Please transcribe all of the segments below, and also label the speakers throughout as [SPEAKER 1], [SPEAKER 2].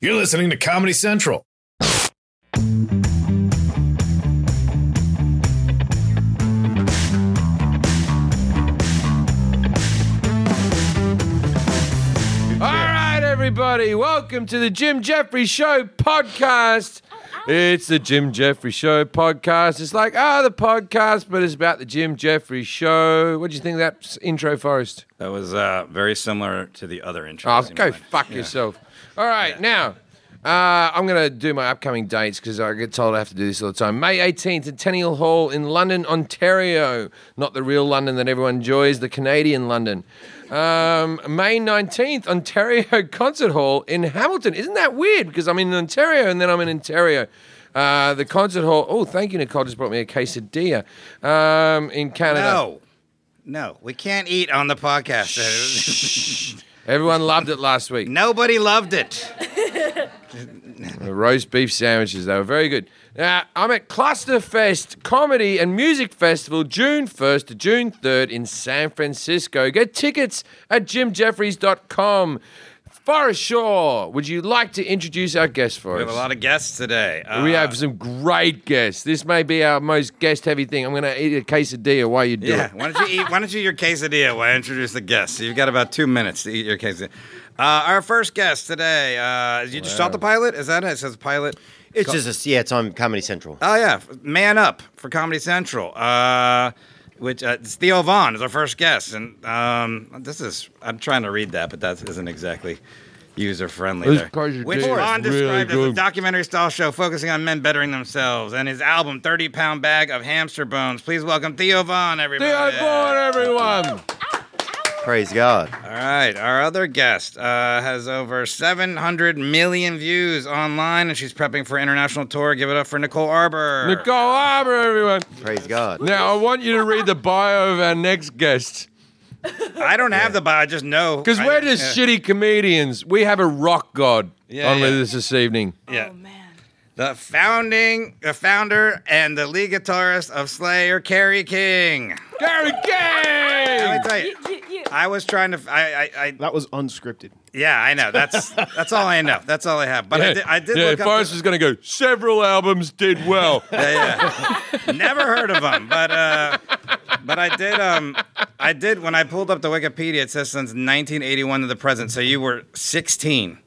[SPEAKER 1] You're listening to Comedy Central.
[SPEAKER 2] All right, everybody, welcome to the Jim Jeffrey Show podcast. It's the Jim Jeffrey Show podcast. It's like, ah, the podcast, but it's about the Jim Jeffrey Show. What do you think of that intro, Forrest?
[SPEAKER 3] That was uh, very similar to the other intro.
[SPEAKER 2] Oh, go fuck yourself. All right, now. Uh, I'm going to do my upcoming dates because I get told I have to do this all the time. May 18th at Tenniel Hall in London, Ontario. Not the real London that everyone enjoys, the Canadian London. Um, May 19th, Ontario Concert Hall in Hamilton. Isn't that weird? Because I'm in Ontario and then I'm in Ontario. Uh, the concert hall. Oh, thank you, Nicole. Just brought me a quesadilla um, in Canada.
[SPEAKER 3] No, no, we can't eat on the podcast.
[SPEAKER 2] Everyone loved it last week.
[SPEAKER 3] Nobody loved it.
[SPEAKER 2] The roast beef sandwiches. They were very good. Now, I'm at Clusterfest Comedy and Music Festival June 1st to June 3rd in San Francisco. Get tickets at jimjeffries.com. Forrest Shaw, would you like to introduce our guest for
[SPEAKER 3] We have a
[SPEAKER 2] us?
[SPEAKER 3] lot of guests today. Uh,
[SPEAKER 2] we have some great guests. This may be our most guest heavy thing. I'm going to eat a quesadilla while you do
[SPEAKER 3] Yeah.
[SPEAKER 2] it.
[SPEAKER 3] Why don't you eat? Why don't you eat your quesadilla? While I introduce the guests. You've got about two minutes to eat your quesadilla. Uh, our first guest today. Uh, you just shot the pilot? Is that it? It says pilot.
[SPEAKER 4] It's just a, yeah, it's on Comedy Central.
[SPEAKER 3] Oh yeah, Man Up for Comedy Central. Uh, which uh, it's Theo Vaughn is our first guest, and um, this is I'm trying to read that, but that isn't exactly user friendly.
[SPEAKER 2] This
[SPEAKER 3] There.
[SPEAKER 2] crazy
[SPEAKER 3] Which
[SPEAKER 2] dude is
[SPEAKER 3] Vaughn
[SPEAKER 2] really
[SPEAKER 3] described as a
[SPEAKER 2] good.
[SPEAKER 3] documentary style show focusing on men bettering themselves, and his album 30 Pound Bag of Hamster Bones. Please welcome Theo Vaughn, everybody.
[SPEAKER 2] Theo Vaughn, everyone.
[SPEAKER 4] Praise God.
[SPEAKER 3] All right, our other guest uh, has over 700 million views online, and she's prepping for international tour. Give it up for Nicole Arbor.
[SPEAKER 2] Nicole Arbor, everyone.
[SPEAKER 4] Praise God.
[SPEAKER 2] Now, I want you to read the bio of our next guest.
[SPEAKER 3] I don't have the bio. I just know
[SPEAKER 2] Because
[SPEAKER 3] I-
[SPEAKER 2] we're just
[SPEAKER 3] yeah.
[SPEAKER 2] shitty comedians. We have a rock god
[SPEAKER 3] Yeah,
[SPEAKER 2] on with
[SPEAKER 3] yeah.
[SPEAKER 2] us this evening.
[SPEAKER 3] Yeah,
[SPEAKER 5] Oh, man.
[SPEAKER 3] the founding, the founder, and the lead guitarist of Slayer, Kerry King.
[SPEAKER 2] Gary
[SPEAKER 3] Let
[SPEAKER 2] King!
[SPEAKER 3] me tell you, I was trying to. I, I, I
[SPEAKER 6] That was unscripted.
[SPEAKER 3] yeah, I know. That's that's all I know. That's all I have. But I did. I did
[SPEAKER 2] yeah,
[SPEAKER 3] look up.
[SPEAKER 2] Forrest was going to go, several albums did well.
[SPEAKER 3] yeah, yeah. Never heard of him, but uh, but I did. Um, I did when I pulled up the Wikipedia. It says since 1981 to the present. So you were 16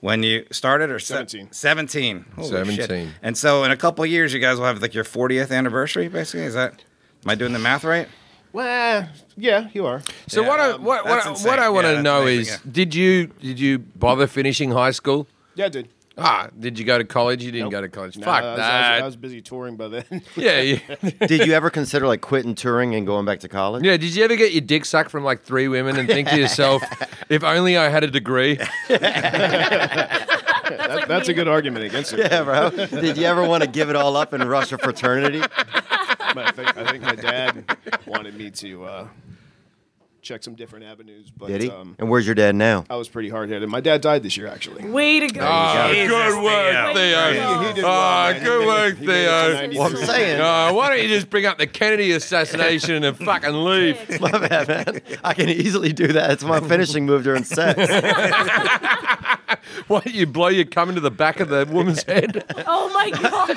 [SPEAKER 3] when you started, or se-
[SPEAKER 6] 17.
[SPEAKER 3] 17. Holy shit.
[SPEAKER 2] 17.
[SPEAKER 3] And so in a couple of years, you guys will have like your 40th anniversary. Basically, is that? Am I doing the math right?
[SPEAKER 6] Well, yeah, you are.
[SPEAKER 2] so
[SPEAKER 3] Yeah,
[SPEAKER 2] what I,
[SPEAKER 3] um,
[SPEAKER 2] what,
[SPEAKER 3] that's
[SPEAKER 2] what,
[SPEAKER 3] insane.
[SPEAKER 2] what I want
[SPEAKER 3] Yeah,
[SPEAKER 2] to
[SPEAKER 3] that's
[SPEAKER 2] know
[SPEAKER 3] amazing,
[SPEAKER 2] is,
[SPEAKER 3] yeah.
[SPEAKER 2] did you did you bother finishing high school?
[SPEAKER 6] Yeah, I did.
[SPEAKER 2] Ah, did you go to college? You didn't go to college.
[SPEAKER 6] Nah,
[SPEAKER 2] Fuck
[SPEAKER 6] I was,
[SPEAKER 2] that.
[SPEAKER 6] I was, I was busy touring by then.
[SPEAKER 2] yeah, yeah.
[SPEAKER 4] Did you ever consider like quitting touring and going back to college?
[SPEAKER 2] yeah. Did you ever get your dick sucked from like three women and think to yourself, if only I had a degree?
[SPEAKER 6] That- that's a good argument against it.
[SPEAKER 4] Yeah, bro. Did you ever want to give it all up and rush a fraternity?
[SPEAKER 6] But I, think, I think my dad wanted me to uh, check some different avenues, but
[SPEAKER 4] Did he?
[SPEAKER 6] Um,
[SPEAKER 4] And where's your dad now?
[SPEAKER 6] I was pretty hard headed. My dad died this year, actually.
[SPEAKER 5] Way to go.
[SPEAKER 2] Ah,
[SPEAKER 3] Jesus,
[SPEAKER 2] good work,
[SPEAKER 3] Theo.
[SPEAKER 2] Theo.
[SPEAKER 6] He did well,
[SPEAKER 2] Ah,
[SPEAKER 6] man. He
[SPEAKER 2] good
[SPEAKER 6] made it-
[SPEAKER 2] work,
[SPEAKER 6] he made it to
[SPEAKER 2] Theo.
[SPEAKER 6] 93.
[SPEAKER 4] Well, I'm saying,
[SPEAKER 2] Uh, why don't you just bring up the Kennedy assassination and fucking leave?
[SPEAKER 4] my bad, man. I can easily do that. It's my finishing move during sex.
[SPEAKER 2] Why don't you blow your cum into the back of the woman's head?
[SPEAKER 5] Oh my god.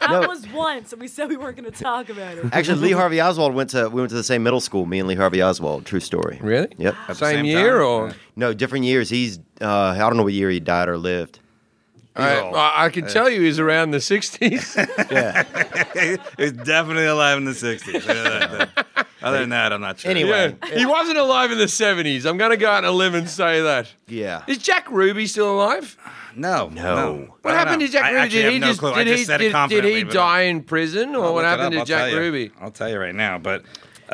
[SPEAKER 5] That
[SPEAKER 4] No.
[SPEAKER 5] was once, and we said we weren't going to talk about it.
[SPEAKER 4] Actually, Lee Harvey Oswald went to we went to the same middle school. Me and Lee Harvey Oswald. True story.
[SPEAKER 2] Really?
[SPEAKER 4] Yep.
[SPEAKER 2] Same,
[SPEAKER 3] same
[SPEAKER 2] year
[SPEAKER 3] time?
[SPEAKER 2] or?
[SPEAKER 4] No, different years. He's uh, I don't know what year he died or lived.
[SPEAKER 2] I, I, I can tell you he's around the 60s.
[SPEAKER 4] Yeah.
[SPEAKER 3] He's definitely alive in the 60s. Other than that, I'm not sure.
[SPEAKER 4] Anyway.
[SPEAKER 2] yeah. He wasn't alive in the 70s. I'm going to go out on a limb and say that.
[SPEAKER 4] Yeah.
[SPEAKER 2] Is Jack Ruby still alive?
[SPEAKER 3] no,
[SPEAKER 4] No.
[SPEAKER 2] What happened to Jack Ruby?
[SPEAKER 3] Did
[SPEAKER 2] he just, did he, did- did he die in prison or what happened to Jack Ruby?
[SPEAKER 3] I'll tell you right now, but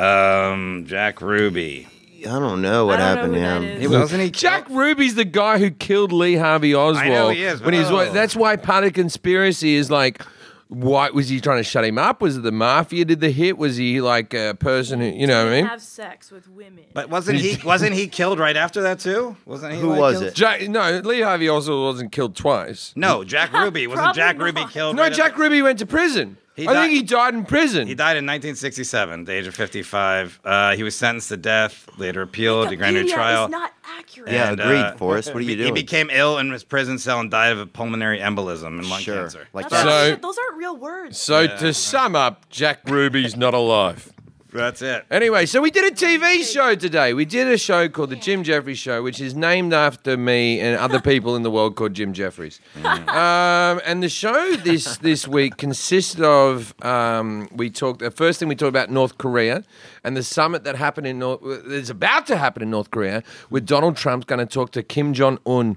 [SPEAKER 3] um, Jack Ruby.
[SPEAKER 4] I don't know what
[SPEAKER 5] I
[SPEAKER 4] happened
[SPEAKER 5] don't know who
[SPEAKER 4] to
[SPEAKER 5] that
[SPEAKER 4] him.
[SPEAKER 5] is.
[SPEAKER 3] He wasn't he
[SPEAKER 2] Jack Ruby's the guy who killed Lee Harvey Oswald.
[SPEAKER 3] I know he is,
[SPEAKER 2] When he was,
[SPEAKER 3] but- oh.
[SPEAKER 2] that's why part of conspiracy is like, why was he trying to shut him up? Was it the mafia did the hit? Was he like a person who, you know what I mean?
[SPEAKER 5] Have sex with women.
[SPEAKER 3] But wasn't he wasn't he killed right after that too? Wasn't he?
[SPEAKER 4] Who
[SPEAKER 3] like,
[SPEAKER 4] was
[SPEAKER 3] killed?
[SPEAKER 4] it?
[SPEAKER 2] Jack, no, Lee Harvey Oswald wasn't killed twice.
[SPEAKER 3] No, Jack Ruby wasn't
[SPEAKER 5] Probably
[SPEAKER 3] Jack
[SPEAKER 5] not.
[SPEAKER 3] Ruby killed.
[SPEAKER 2] No,
[SPEAKER 3] right
[SPEAKER 2] Jack
[SPEAKER 3] after-
[SPEAKER 2] Ruby went to prison.
[SPEAKER 3] uh, He
[SPEAKER 2] I
[SPEAKER 3] di-
[SPEAKER 2] think he died in prison.
[SPEAKER 3] He died in 1967, the age of 55. Uh, he was sentenced to death, later appealed, to grand new
[SPEAKER 5] Wikipedia
[SPEAKER 3] trial.
[SPEAKER 5] is not accurate.
[SPEAKER 4] Yeah,
[SPEAKER 3] And,
[SPEAKER 4] agreed,
[SPEAKER 3] uh,
[SPEAKER 4] Forrest. What are you
[SPEAKER 3] he
[SPEAKER 4] doing?
[SPEAKER 3] became ill in his prison cell and died of a pulmonary embolism and lung
[SPEAKER 4] sure.
[SPEAKER 3] cancer.
[SPEAKER 4] Like
[SPEAKER 5] That's
[SPEAKER 4] that.
[SPEAKER 2] So-
[SPEAKER 5] not- those aren't real words.
[SPEAKER 2] so to sum up, Jack Ruby's not alive.
[SPEAKER 3] That's it.
[SPEAKER 2] Anyway, so we did a TV show today. We did a show called The Jim Jeffries Show, which is named after me and other people in the world called Jim Jeffries. Um, and the show this this week consisted of um, we talked the first thing we talked about North Korea and the summit that happened in North is about to happen in North Korea, where Donald Trump's going to talk to Kim Jong Un,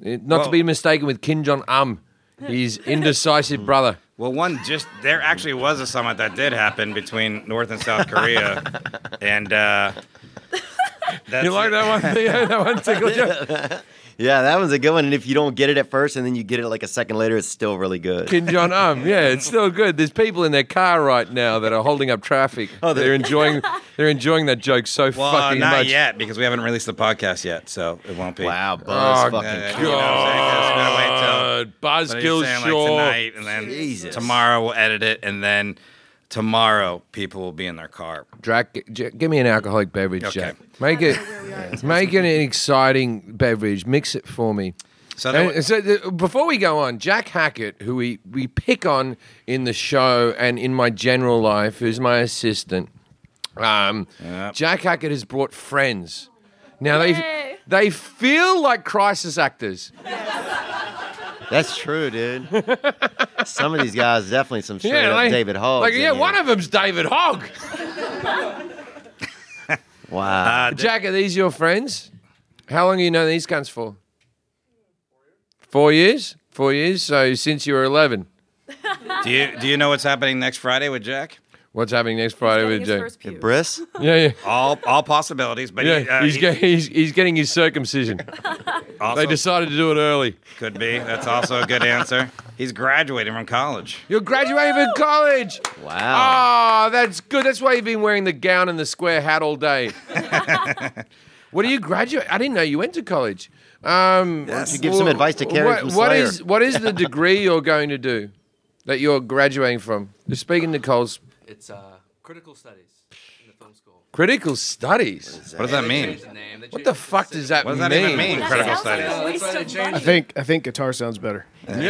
[SPEAKER 2] not to
[SPEAKER 3] Well-
[SPEAKER 2] be mistaken with Kim Jong Um, his indecisive brother.
[SPEAKER 3] Well, one just there actually was a summit that did happen between North and South Korea, and uh, that's
[SPEAKER 2] You like that one? Theo? that one tickled you?
[SPEAKER 4] Yeah, that one's a good one. And if you don't get it at first and then you get it like a second later, it's still really good.
[SPEAKER 2] Kim Jong Um. Yeah, it's still good. There's people in their car right now that are holding up traffic. Oh, they're enjoying. They're enjoying that joke so
[SPEAKER 3] Well, uh,
[SPEAKER 2] fucking
[SPEAKER 3] not
[SPEAKER 2] much.
[SPEAKER 3] yet because we haven't released the podcast yet, so it won't be.
[SPEAKER 4] Wow, Buzz
[SPEAKER 2] Oh,
[SPEAKER 4] fucking
[SPEAKER 3] Yeah, yeah,
[SPEAKER 4] killed
[SPEAKER 3] you know what I'm saying? 'Cause
[SPEAKER 2] God, Uh, Buzzkill
[SPEAKER 3] we gotta wait till- but he's saying, like,
[SPEAKER 2] Shaw.
[SPEAKER 3] tonight, and then
[SPEAKER 4] Jesus.
[SPEAKER 3] tomorrow we'll edit it, and then tomorrow people will be in their car.
[SPEAKER 2] Drac, j- give me an alcoholic beverage,
[SPEAKER 3] Okay.
[SPEAKER 2] Jack. Make it. Make it an exciting beverage. Mix it for me.
[SPEAKER 3] So
[SPEAKER 2] And
[SPEAKER 3] that,
[SPEAKER 2] so the, before we go on, Jack Hackett, who we, we pick on in the show and in my general life, who's my assistant, um,
[SPEAKER 3] Yep.
[SPEAKER 2] Jack Hackett has brought friends. Now they
[SPEAKER 5] Yay.
[SPEAKER 2] they feel like crisis actors.
[SPEAKER 4] That's true, dude. some of these guys definitely some straight up
[SPEAKER 2] like-
[SPEAKER 4] David Hogg.
[SPEAKER 2] Like yeah, one of them's David Hogg.
[SPEAKER 4] Wow.
[SPEAKER 3] uh,
[SPEAKER 2] Jack, are these your friends? How long have you known these cunts for? Four years. Four years. So since you were eleven.
[SPEAKER 3] do you do you know what's happening next Friday with Jack?
[SPEAKER 2] What's happening next Friday with
[SPEAKER 5] Getting his
[SPEAKER 2] Jack?
[SPEAKER 5] first pew.
[SPEAKER 4] Briss?
[SPEAKER 2] Yeah, yeah.
[SPEAKER 3] All all possibilities, but he,
[SPEAKER 2] Yeah,
[SPEAKER 3] uh,
[SPEAKER 2] he's,
[SPEAKER 3] he
[SPEAKER 2] get, he's, he's getting his circumcision.
[SPEAKER 3] also
[SPEAKER 2] They decided to do it early.
[SPEAKER 3] could be. That's also a good answer. He's graduating from college.
[SPEAKER 2] You're graduating from college.
[SPEAKER 4] Wow.
[SPEAKER 2] Ah, that's good. That's why you've been wearing the gown and the square hat all day. what do you graduate? I didn't know you went to college. Um,
[SPEAKER 4] Yes. you give some advice to Karen
[SPEAKER 2] what-
[SPEAKER 4] from
[SPEAKER 2] what
[SPEAKER 4] Slayer?
[SPEAKER 2] is what is the degree you're going to do that you're graduating from? You're speaking to Cole's
[SPEAKER 1] It's uh, critical studies in the film school.
[SPEAKER 2] critical studies.
[SPEAKER 3] What does that
[SPEAKER 1] They
[SPEAKER 3] mean?
[SPEAKER 1] changed the name. They
[SPEAKER 2] What
[SPEAKER 1] changed
[SPEAKER 2] the fuck does that
[SPEAKER 3] What
[SPEAKER 2] mean?
[SPEAKER 3] does that even mean?
[SPEAKER 5] That
[SPEAKER 3] Critical
[SPEAKER 5] sounds like
[SPEAKER 3] studies.
[SPEAKER 5] a waste
[SPEAKER 1] That's why
[SPEAKER 5] of
[SPEAKER 1] they changed
[SPEAKER 5] money.
[SPEAKER 6] I think I think guitar sounds better.
[SPEAKER 2] Yeah.
[SPEAKER 1] That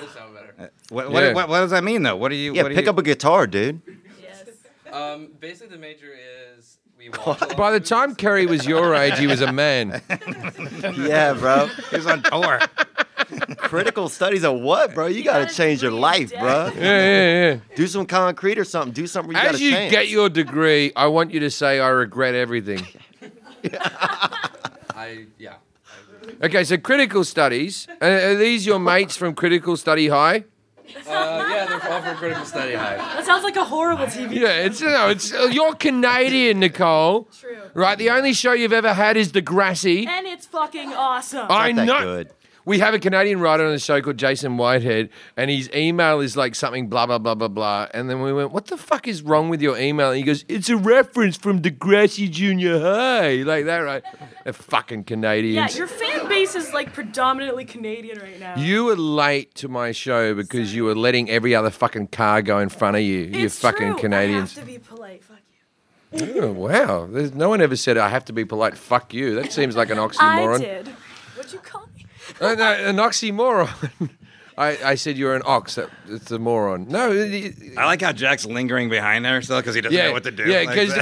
[SPEAKER 1] would sound better.
[SPEAKER 3] What, what,
[SPEAKER 2] Yeah.
[SPEAKER 3] what, what does that mean though? What do you?
[SPEAKER 4] Yeah,
[SPEAKER 3] what do
[SPEAKER 4] pick
[SPEAKER 3] you,
[SPEAKER 4] up a guitar, dude.
[SPEAKER 5] Yes.
[SPEAKER 1] Um, basically, the major is we watch. a lot
[SPEAKER 2] Uh, By the
[SPEAKER 1] of
[SPEAKER 2] time
[SPEAKER 1] movies.
[SPEAKER 2] Kerry was your age, he was a man.
[SPEAKER 4] Yeah, bro.
[SPEAKER 3] He's on tour.
[SPEAKER 4] Critical studies of what, bro? You gotta
[SPEAKER 5] gotta
[SPEAKER 4] change your
[SPEAKER 5] breathe
[SPEAKER 4] life, bro.
[SPEAKER 5] down.
[SPEAKER 2] Yeah, yeah, yeah.
[SPEAKER 4] Do some concrete or something. Do something where you
[SPEAKER 2] As
[SPEAKER 4] gotta
[SPEAKER 2] you
[SPEAKER 4] change.
[SPEAKER 2] get your degree, I want you to say, I regret everything.
[SPEAKER 1] I yeah. I agree.
[SPEAKER 2] Okay, so critical studies. Uh, are these your mates from Critical Study High?
[SPEAKER 1] Uh, yeah, they're all for critical study high.
[SPEAKER 5] That sounds like a horrible TV.
[SPEAKER 2] Yeah, it's no, it's uh, you're Canadian, Nicole.
[SPEAKER 5] True.
[SPEAKER 2] Right, the only show you've ever had is Degrassi.
[SPEAKER 5] And it's fucking awesome.
[SPEAKER 2] I
[SPEAKER 4] Not that
[SPEAKER 2] know.
[SPEAKER 4] good.
[SPEAKER 2] We have a Canadian writer on the show called Jason Whitehead, and his email is like something blah blah blah blah blah. And then we went, "What the fuck is wrong with your email?" And he goes, "It's a reference from Degrassi Junior High," like that, right? They're fucking
[SPEAKER 5] yeah,
[SPEAKER 2] Canadians.
[SPEAKER 5] your fan base is like predominantly Canadian right now.
[SPEAKER 2] You were late to my show because you were letting every other fucking car go in front of you. you
[SPEAKER 5] it's
[SPEAKER 2] fucking
[SPEAKER 5] true.
[SPEAKER 2] Canadians.
[SPEAKER 5] I have to be polite. Fuck you.
[SPEAKER 2] Oh, wow. There's, no one ever said, I have to be polite. Fuck you. That seems like an oxymoron.
[SPEAKER 5] I did. What'd you call me?
[SPEAKER 2] Uh, no, an oxymoron. I, I said you're an ox. That, it's a moron. No. it- it-
[SPEAKER 3] I like how Jack's lingering behind her still because he doesn't
[SPEAKER 2] yeah,
[SPEAKER 3] know what to do.
[SPEAKER 2] yeah,
[SPEAKER 3] Like
[SPEAKER 2] because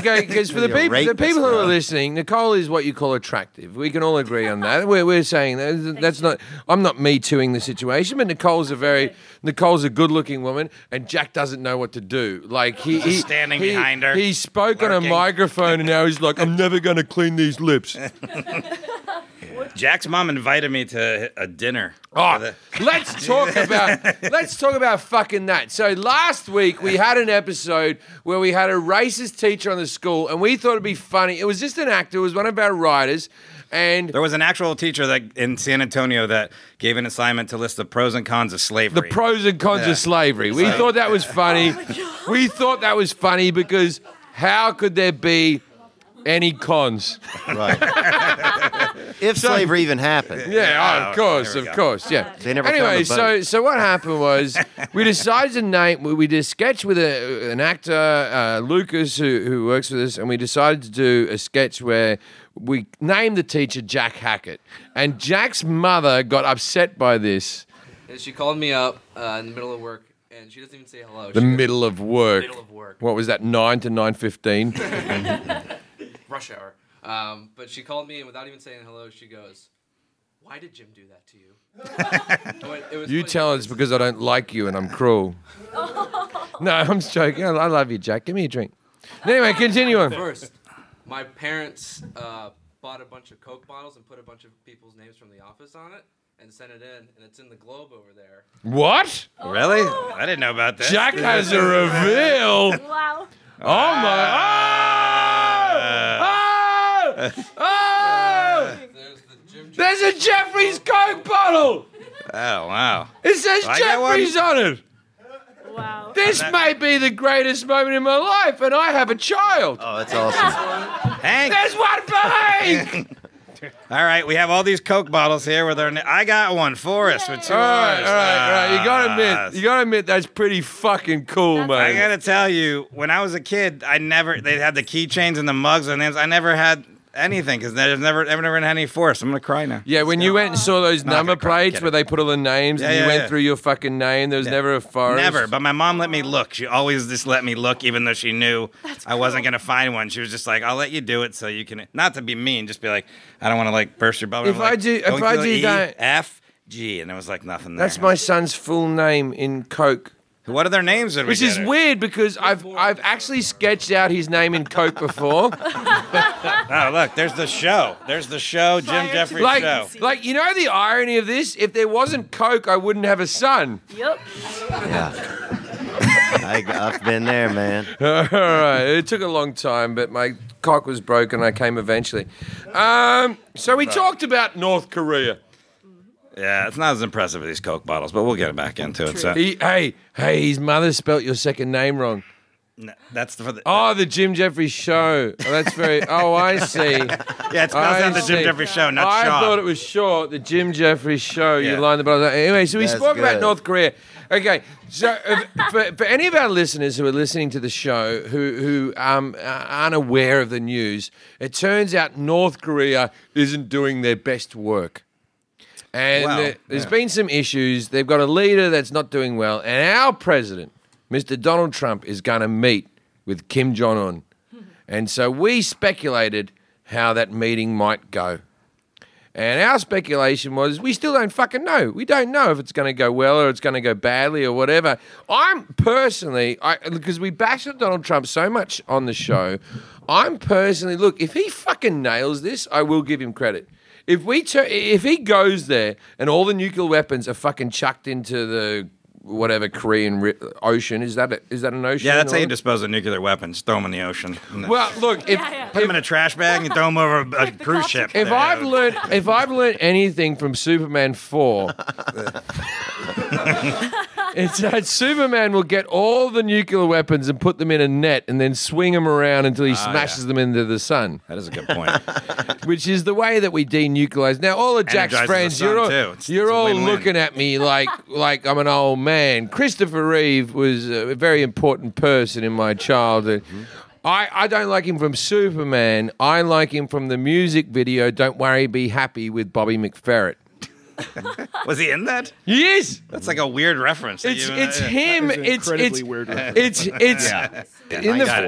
[SPEAKER 3] that.
[SPEAKER 2] for the
[SPEAKER 4] You're a
[SPEAKER 2] people, the
[SPEAKER 4] rapist,
[SPEAKER 2] people who are
[SPEAKER 4] bro.
[SPEAKER 2] listening, Nicole is what you call attractive. We can all agree on that. We're, we're saying that, that's not. I'm not me tooing the situation, but Nicole's a very Nicole's a good-looking woman, and Jack doesn't know what to do. Like he, he
[SPEAKER 3] standing
[SPEAKER 2] he-
[SPEAKER 3] behind her,
[SPEAKER 2] He spoke on a
[SPEAKER 3] lurking.
[SPEAKER 2] microphone, and now he's like, "I'm never going to clean these lips."
[SPEAKER 3] Jack's mom invited me to a dinner.
[SPEAKER 2] Oh,
[SPEAKER 3] For the-
[SPEAKER 2] let's talk about let's talk about fucking that. So last week we had an episode where we had a racist teacher on the school, and we thought it'd be funny. It was just an actor. It was one of our writers, and
[SPEAKER 3] There was an actual teacher that in San Antonio that gave an assignment to list the pros and cons of
[SPEAKER 2] the
[SPEAKER 3] slavery.
[SPEAKER 2] pros and cons
[SPEAKER 3] Yeah.
[SPEAKER 2] of slavery. We thought that was funny. we thought that was funny because how could there be any cons?
[SPEAKER 4] Right. if
[SPEAKER 2] So-
[SPEAKER 4] slavery even happened.
[SPEAKER 2] Yeah,
[SPEAKER 3] Oh,
[SPEAKER 2] of course,
[SPEAKER 3] there
[SPEAKER 2] of
[SPEAKER 3] we go.
[SPEAKER 2] course, yeah.
[SPEAKER 4] They never found
[SPEAKER 2] anyway,
[SPEAKER 4] the
[SPEAKER 2] so
[SPEAKER 4] boat.
[SPEAKER 2] so what happened was we decided to name. We, we did a sketch with a, an actor, uh, Lucas, who who works with us, and we decided to do a sketch where we named the teacher Jack Hackett, and Jack's mother got upset by this.
[SPEAKER 1] And she called me up uh, in the middle of work, and she doesn't even say hello.
[SPEAKER 2] The
[SPEAKER 1] she
[SPEAKER 2] middle of work.
[SPEAKER 1] Middle of work.
[SPEAKER 2] What was that? Nine to nine fifteen.
[SPEAKER 1] rush hour. Um, but she called me, and without even saying hello, she goes, "Why did Jim do that to you?" I went, "It was
[SPEAKER 2] You
[SPEAKER 1] funny."
[SPEAKER 2] tell us because I don't like you and I'm cruel. no, I'm just joking. I, I love you, Jack. Give me a drink. Anyway, continue on.
[SPEAKER 1] First, my parents uh, bought a bunch of Coke bottles and put a bunch of people's names from the office on it and sent it in, and it's in the globe over there.
[SPEAKER 2] What?
[SPEAKER 3] Really? I didn't know about that.
[SPEAKER 2] Jack has a reveal.
[SPEAKER 5] Wow.
[SPEAKER 2] Oh
[SPEAKER 3] Ah! Uh,
[SPEAKER 2] my! Oh! Oh!
[SPEAKER 3] Ah!
[SPEAKER 2] Oh!
[SPEAKER 1] There's the Jim.
[SPEAKER 2] There's a Jeffrey's Coke bottle.
[SPEAKER 3] Oh wow.
[SPEAKER 2] It says
[SPEAKER 3] I get one?
[SPEAKER 2] Jeffrey's on it.
[SPEAKER 5] Wow.
[SPEAKER 2] This may be the greatest moment in my life, and I have a child.
[SPEAKER 4] Oh, that's awesome.
[SPEAKER 3] Hank.
[SPEAKER 2] There's one for Hank.
[SPEAKER 3] All right, we have all these Coke bottles here with our. Na- I got one, Forrest, with two Ah,
[SPEAKER 2] All right, all
[SPEAKER 3] R's.
[SPEAKER 2] right, all right. You gotta
[SPEAKER 3] Yes.
[SPEAKER 2] admit, you gotta admit that's pretty fucking cool,
[SPEAKER 5] That's
[SPEAKER 3] I
[SPEAKER 2] man.
[SPEAKER 3] gotta tell you, when I was a kid, I never they had the keychains and the mugs and names. I never had anything because there's never ever never had any Forrest. I'm gonna cry now.
[SPEAKER 2] yeah, when you went and saw those
[SPEAKER 3] Not gonna
[SPEAKER 2] number
[SPEAKER 3] cry, I'm
[SPEAKER 2] plates
[SPEAKER 3] kidding.
[SPEAKER 2] where they put all the names
[SPEAKER 3] Yeah,
[SPEAKER 2] and you
[SPEAKER 3] yeah,
[SPEAKER 2] went
[SPEAKER 3] yeah.
[SPEAKER 2] through your fucking name, there was never a forest.
[SPEAKER 3] Never, but my mom let me look. She always just let me look, even though she knew I wasn't gonna find one. She was just like, "I'll let you do it, so you can." Not to be mean, just be like, "I don't want to like burst your bubble."
[SPEAKER 2] If
[SPEAKER 3] I'm like,
[SPEAKER 2] I do- if
[SPEAKER 3] going
[SPEAKER 2] I
[SPEAKER 3] through
[SPEAKER 2] do
[SPEAKER 3] E,
[SPEAKER 2] that-
[SPEAKER 3] F, G, and it was like nothing.
[SPEAKER 2] that's
[SPEAKER 3] there.
[SPEAKER 2] my son's full name in Coke.
[SPEAKER 3] What are their names? Did we
[SPEAKER 2] Which is
[SPEAKER 3] get her?
[SPEAKER 2] weird because I've I've actually sketched out his name in Coke before.
[SPEAKER 3] Oh, look, there's the show. There's the show, Jim
[SPEAKER 5] to
[SPEAKER 3] Jeffries
[SPEAKER 2] like
[SPEAKER 3] show.
[SPEAKER 2] like you know the irony of this? If there wasn't Coke, I wouldn't have a son.
[SPEAKER 5] Yep.
[SPEAKER 4] I, I've been there, man.
[SPEAKER 2] All right. It took a long time, but my cock was broken. I came eventually. Um, so we talked about North Korea.
[SPEAKER 3] Yeah, it's not as impressive as these Coke bottles, but we'll get back into it. So
[SPEAKER 2] He, hey, hey, his mother spelt your second name wrong.
[SPEAKER 3] No, that's the, for the
[SPEAKER 2] Oh, the Jim Jeffries show. Oh, that's very. Oh, I see.
[SPEAKER 3] yeah, it spells
[SPEAKER 2] I
[SPEAKER 3] out the
[SPEAKER 2] see.
[SPEAKER 3] Jim Jeffries show, not
[SPEAKER 2] I
[SPEAKER 3] Shaw.
[SPEAKER 2] thought it was short. The Jim Jeffries show.
[SPEAKER 3] Yeah.
[SPEAKER 2] You lined the brothers. Anyway, so we
[SPEAKER 4] That's
[SPEAKER 2] spoke about
[SPEAKER 4] good.
[SPEAKER 2] North Korea. Okay, so if, for, for any of our listeners who are listening to the show who who um, uh, aren't aware of the news, it turns out North Korea isn't doing their best work. And
[SPEAKER 3] Wow,
[SPEAKER 2] there, has
[SPEAKER 3] yeah.
[SPEAKER 2] been some issues. They've got a leader that's not doing well. And our president, Mr. Donald Trump, is going to meet with Kim Jong un. And so we speculated how that meeting might go. And our speculation was we still don't fucking know. We don't know if it's going to go well or it's going to go badly or whatever. I'm personally, I because we bashed on Donald Trump so much on the show, I'm personally, look, if he fucking nails this, I will give him credit. If we tur- if he goes there and all the nuclear weapons are fucking chucked into the whatever Korean ri- ocean, is that a, is that an ocean?
[SPEAKER 3] yeah, that's how
[SPEAKER 2] or-
[SPEAKER 3] you dispose of nuclear weapons. Throw them in the ocean.
[SPEAKER 2] Well, look, if,
[SPEAKER 5] yeah.
[SPEAKER 3] put them in a trash bag and throw them over a, a
[SPEAKER 5] the
[SPEAKER 3] cruise
[SPEAKER 5] cops
[SPEAKER 3] ship.
[SPEAKER 2] If
[SPEAKER 3] There you
[SPEAKER 2] I've
[SPEAKER 3] go.
[SPEAKER 2] learned if I've learned anything from Superman four, it's that Superman will get all the nuclear weapons and put them in a net and then swing them around until he smashes them into the sun,
[SPEAKER 3] that is a good point.
[SPEAKER 2] which is the way that we denuclearize. Now, all of Jack's
[SPEAKER 3] Energizes the
[SPEAKER 2] friends,
[SPEAKER 3] sun,
[SPEAKER 2] you're all,
[SPEAKER 3] too. It's-
[SPEAKER 2] you're
[SPEAKER 3] it's a
[SPEAKER 2] all
[SPEAKER 3] win-win.
[SPEAKER 2] looking at me like like I'm an old man. Christopher Reeve was a very important person in my childhood.
[SPEAKER 3] Mm-hmm.
[SPEAKER 2] I, I don't like him from Superman. I like him from the music video "Don't Worry, Be Happy" with Bobby McFerrin.
[SPEAKER 3] Was he in that?
[SPEAKER 2] He is.
[SPEAKER 3] That's like a weird reference. that
[SPEAKER 2] It's
[SPEAKER 3] you-
[SPEAKER 2] it's
[SPEAKER 3] yeah.
[SPEAKER 2] him.
[SPEAKER 6] It's an
[SPEAKER 2] It's
[SPEAKER 6] incredibly
[SPEAKER 2] it's
[SPEAKER 6] weird reference.
[SPEAKER 2] it's it's in
[SPEAKER 3] I
[SPEAKER 2] the
[SPEAKER 3] got it,
[SPEAKER 2] in the
[SPEAKER 3] got it, got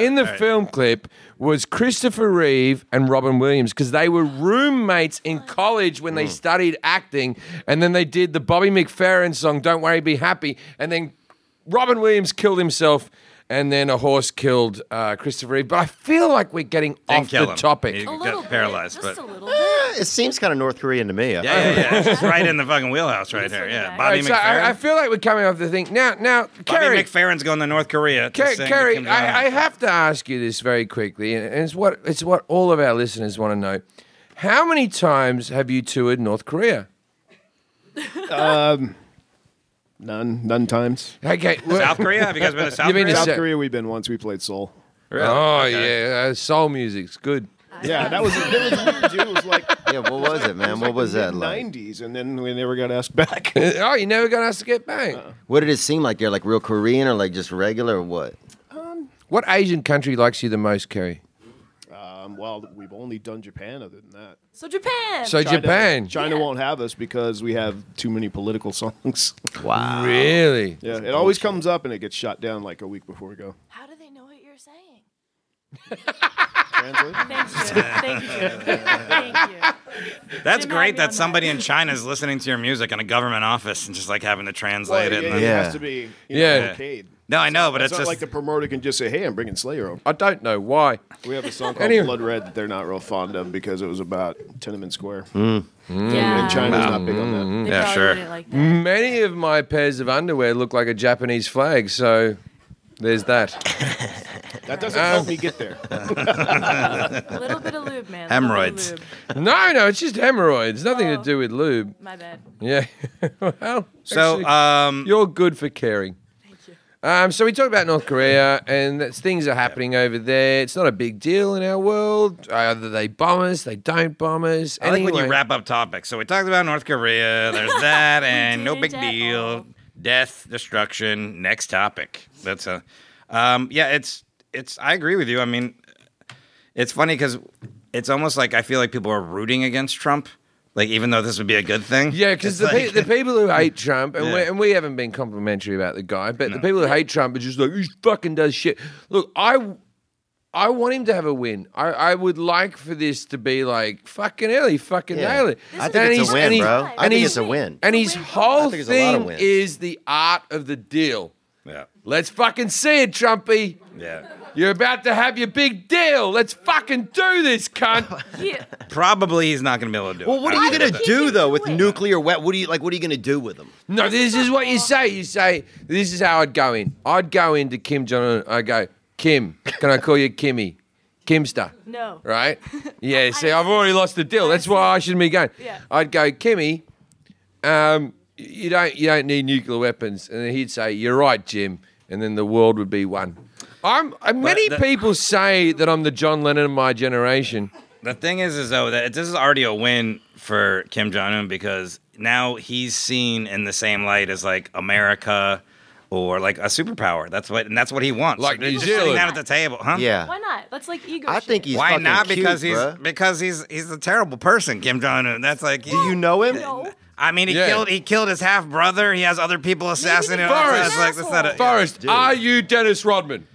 [SPEAKER 3] it.
[SPEAKER 2] in the
[SPEAKER 3] All right.
[SPEAKER 2] film clip was Christopher Reeve and Robin Williams because they were roommates in college when they
[SPEAKER 3] Mm.
[SPEAKER 2] studied acting, and then they did the Bobby McFerrin song "Don't Worry, Be Happy," and then Robin Williams killed himself. And then a horse killed uh, Christopher Reeve. But I feel like we're getting
[SPEAKER 3] Didn't
[SPEAKER 2] off
[SPEAKER 3] kill
[SPEAKER 2] the
[SPEAKER 3] him.
[SPEAKER 2] topic.
[SPEAKER 3] He
[SPEAKER 5] A
[SPEAKER 3] got
[SPEAKER 5] little bit,
[SPEAKER 3] paralyzed,
[SPEAKER 5] Just
[SPEAKER 3] but.
[SPEAKER 5] a little bit.
[SPEAKER 4] Eh, It seems kind of North Korean to me.
[SPEAKER 3] Yeah, uh, yeah, yeah. It's just right in the fucking wheelhouse right here.
[SPEAKER 5] look
[SPEAKER 3] Yeah.
[SPEAKER 5] at
[SPEAKER 3] Bobby
[SPEAKER 2] Right, so
[SPEAKER 3] McFerrin.
[SPEAKER 2] I, I feel like we're coming off the thing. Now, now,
[SPEAKER 3] Bobby
[SPEAKER 2] Kerry.
[SPEAKER 3] McFerrin's going to North Korea. to
[SPEAKER 2] Ker-
[SPEAKER 3] sing to Kim
[SPEAKER 2] Kerry,
[SPEAKER 3] Jong-un.
[SPEAKER 2] I, I have to ask you this very quickly, and it's what it's what all of our listeners want to know. How many times have you toured North Korea?
[SPEAKER 6] None, none times.
[SPEAKER 2] Okay, well-
[SPEAKER 3] South Korea? Have you guys been to South
[SPEAKER 2] You mean
[SPEAKER 3] Korea?
[SPEAKER 2] to
[SPEAKER 6] South
[SPEAKER 2] So-
[SPEAKER 6] Korea, we've been once. We played Seoul.
[SPEAKER 3] Really?
[SPEAKER 2] Oh
[SPEAKER 3] Okay.
[SPEAKER 2] yeah, uh, soul music's good.
[SPEAKER 6] Yeah, that was that was weird too. It was like
[SPEAKER 4] Yeah, what was it, man? What was that like?
[SPEAKER 6] Nineties, and then we never got asked back.
[SPEAKER 2] oh, you never got us to get back.
[SPEAKER 4] What did it seem like? You're like real Korean or like just regular or what?
[SPEAKER 2] what Asian country likes you the most, Kerry?
[SPEAKER 6] Um, well, we've only done Japan. Other than that,
[SPEAKER 5] So Japan.
[SPEAKER 2] So Japan.
[SPEAKER 6] China
[SPEAKER 5] Yeah.
[SPEAKER 6] won't have us because we have too many political songs.
[SPEAKER 4] Wow.
[SPEAKER 2] Really?
[SPEAKER 6] yeah, it always comes up and it gets shot down like a week before we go.
[SPEAKER 5] How do they know what you're saying?
[SPEAKER 6] Translate.
[SPEAKER 5] Thank you. Thank you. Thank you.
[SPEAKER 3] That's
[SPEAKER 5] Didn't
[SPEAKER 3] great
[SPEAKER 5] have me on
[SPEAKER 3] that
[SPEAKER 5] that.
[SPEAKER 3] somebody in China is listening to your music in a government office and just like having to translate it. and
[SPEAKER 6] it, it
[SPEAKER 3] then-
[SPEAKER 4] Yeah.
[SPEAKER 6] has to be you know,
[SPEAKER 2] Yeah.
[SPEAKER 6] arcade.
[SPEAKER 3] No, I know, but
[SPEAKER 6] It's
[SPEAKER 3] it's
[SPEAKER 6] not
[SPEAKER 3] just
[SPEAKER 6] like the promoter can just say, "Hey, I'm bringing Slayer over."
[SPEAKER 2] I don't know why.
[SPEAKER 6] We have a song called
[SPEAKER 2] Anyway.
[SPEAKER 6] "Blood Red" that they're not real fond of because it was about Tiananmen Square, Mm. Mm-hmm.
[SPEAKER 5] Yeah.
[SPEAKER 6] and China's not big on that.
[SPEAKER 5] They
[SPEAKER 3] Mm, Yeah,
[SPEAKER 5] probably
[SPEAKER 3] sure.
[SPEAKER 5] wouldn't Like that.
[SPEAKER 2] Many of my pairs of underwear look like a Japanese flag, so there's that.
[SPEAKER 6] That doesn't help me get there.
[SPEAKER 5] A little bit of lube, man.
[SPEAKER 3] Hemorrhoids.
[SPEAKER 5] A little bit of
[SPEAKER 2] No, no, it's just hemorrhoids. Nothing to
[SPEAKER 5] Oh.
[SPEAKER 2] do with lube.
[SPEAKER 5] lube. My bad.
[SPEAKER 2] Yeah. well,
[SPEAKER 3] so.
[SPEAKER 2] actually,
[SPEAKER 3] Um,
[SPEAKER 2] you're good for caring.
[SPEAKER 5] Thank you.
[SPEAKER 2] Um, so we talked about North Korea, and that's, things are happening over there. It's not a big deal in our world. Either they bomb us, they don't bomb us.
[SPEAKER 3] I like when you
[SPEAKER 2] Anyway.
[SPEAKER 3] wrap up topics. So we talked about North Korea. There's that, and no big
[SPEAKER 5] didn't at
[SPEAKER 3] deal.
[SPEAKER 5] all.
[SPEAKER 3] Death, destruction. Next topic. That's a. Um, yeah, it's it's. I agree with you. I mean, it's funny because it's almost like I feel like people are rooting against Trump. Like even though this would be a good thing.
[SPEAKER 2] Yeah, because
[SPEAKER 3] It's
[SPEAKER 2] the,
[SPEAKER 3] like-
[SPEAKER 2] pe- the people who hate Trump, and,
[SPEAKER 3] Yeah.
[SPEAKER 2] we and we haven't been complimentary about the guy, but the people who hate Trump are just like, he fucking does shit. Look, I. I want him to have a win. I, I would like for this to be like fucking hell, he fucking
[SPEAKER 4] Yeah.
[SPEAKER 2] nailed it.
[SPEAKER 4] I think it's a win,
[SPEAKER 2] he-
[SPEAKER 4] bro. I
[SPEAKER 2] and
[SPEAKER 4] think
[SPEAKER 2] he's-
[SPEAKER 4] it's a win.
[SPEAKER 2] And his whole
[SPEAKER 4] I think it's a lot of
[SPEAKER 2] thing
[SPEAKER 4] wins.
[SPEAKER 2] is the art of the deal.
[SPEAKER 3] yeah,
[SPEAKER 2] Let's fucking see it, Trumpy.
[SPEAKER 3] yeah.
[SPEAKER 2] You're about to have your big deal. Let's fucking do this, cunt.
[SPEAKER 5] Yeah.
[SPEAKER 3] Probably he's not going to be able to do it.
[SPEAKER 4] Well, what
[SPEAKER 3] I
[SPEAKER 4] are you
[SPEAKER 3] don't
[SPEAKER 4] gonna
[SPEAKER 3] think
[SPEAKER 4] do though with
[SPEAKER 5] doing it?
[SPEAKER 4] nuclear wet? What do you like? What are you gonna do with them?
[SPEAKER 2] No, this is what you say. You say, this is how I'd go in. I'd go into Kim Jong un. I go, Kim, can I call you Kimmy? Kimster.
[SPEAKER 5] No.
[SPEAKER 2] Right? Yeah, see, I've already lost the deal. That's why I shouldn't be going.
[SPEAKER 5] Yeah.
[SPEAKER 2] I'd go, Kimmy, um, you don't you don't need nuclear weapons. And then he'd say, You're right, Jim. And then the world would be one. I'm, uh, many
[SPEAKER 3] the-
[SPEAKER 2] people say that I'm the John Lennon of my generation.
[SPEAKER 3] The thing is, is though that this is already a win for Kim Jong Un because now he's seen in the same light as like America or like a superpower. That's what, and that's what he wants.
[SPEAKER 2] Like
[SPEAKER 3] He's
[SPEAKER 2] New
[SPEAKER 3] just sitting
[SPEAKER 2] Zealand.
[SPEAKER 3] down at the table, huh?
[SPEAKER 4] Yeah,
[SPEAKER 5] Why not? That's like ego.
[SPEAKER 4] I
[SPEAKER 5] shit.
[SPEAKER 4] think he's
[SPEAKER 3] Why
[SPEAKER 4] fucking
[SPEAKER 3] not?
[SPEAKER 4] cute,
[SPEAKER 3] Because he's
[SPEAKER 4] bruh.
[SPEAKER 3] because he's he's a terrible person, Kim Jong Un. That's like do
[SPEAKER 4] You know him?
[SPEAKER 5] No.
[SPEAKER 3] I mean, he
[SPEAKER 2] Yeah.
[SPEAKER 3] killed he killed his half brother. He has other people assassinated. all the time.
[SPEAKER 2] Forrest.
[SPEAKER 3] It's like that's not a,
[SPEAKER 2] Forrest, are you Dennis Rodman?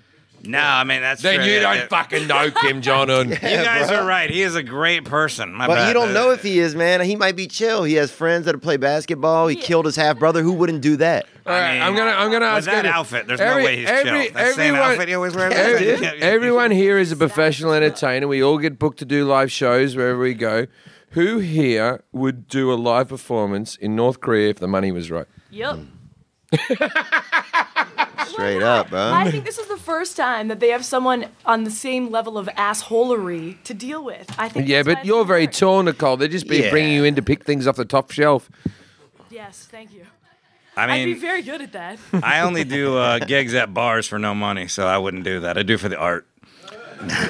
[SPEAKER 3] No, I mean that's
[SPEAKER 2] Then
[SPEAKER 3] true.
[SPEAKER 2] you
[SPEAKER 3] Yeah,
[SPEAKER 2] don't
[SPEAKER 3] yeah.
[SPEAKER 2] fucking know Kim Jong Un.
[SPEAKER 3] You guys are right. He is a great person. My
[SPEAKER 4] But
[SPEAKER 3] bad.
[SPEAKER 4] you don't know if he is, man. He might be chill. He has friends that play basketball. He
[SPEAKER 5] Yeah.
[SPEAKER 4] killed his half brother. Who wouldn't do that?
[SPEAKER 2] All right,
[SPEAKER 3] mean,
[SPEAKER 2] I'm gonna, I'm gonna
[SPEAKER 3] With
[SPEAKER 2] ask
[SPEAKER 3] that
[SPEAKER 2] Eddie.
[SPEAKER 3] outfit, there's
[SPEAKER 2] Every-
[SPEAKER 3] no way he's
[SPEAKER 2] every-
[SPEAKER 3] chill. That same
[SPEAKER 2] everyone-
[SPEAKER 3] outfit he always wears.
[SPEAKER 2] Every- everyone here is a professional entertainer. We all get booked to do live shows wherever we go. Who here would do a live performance in North Korea if the money was right?
[SPEAKER 5] Yep.
[SPEAKER 4] Mm. Straight up,
[SPEAKER 5] I
[SPEAKER 4] bro.
[SPEAKER 5] think this is the first time that they have someone on the same level of assholery to deal with. I think.
[SPEAKER 2] Yeah,
[SPEAKER 5] that's why
[SPEAKER 2] but
[SPEAKER 5] it's
[SPEAKER 2] you're very
[SPEAKER 5] hard.
[SPEAKER 2] tall, Nicole. They'd just be
[SPEAKER 4] Yeah.
[SPEAKER 2] bringing you in to pick things off the top shelf.
[SPEAKER 5] Yes, thank you.
[SPEAKER 3] I
[SPEAKER 5] I'd be
[SPEAKER 3] mean,
[SPEAKER 5] very good at that.
[SPEAKER 3] I only do uh, gigs at bars for no money, so I wouldn't do that. I do it for the art.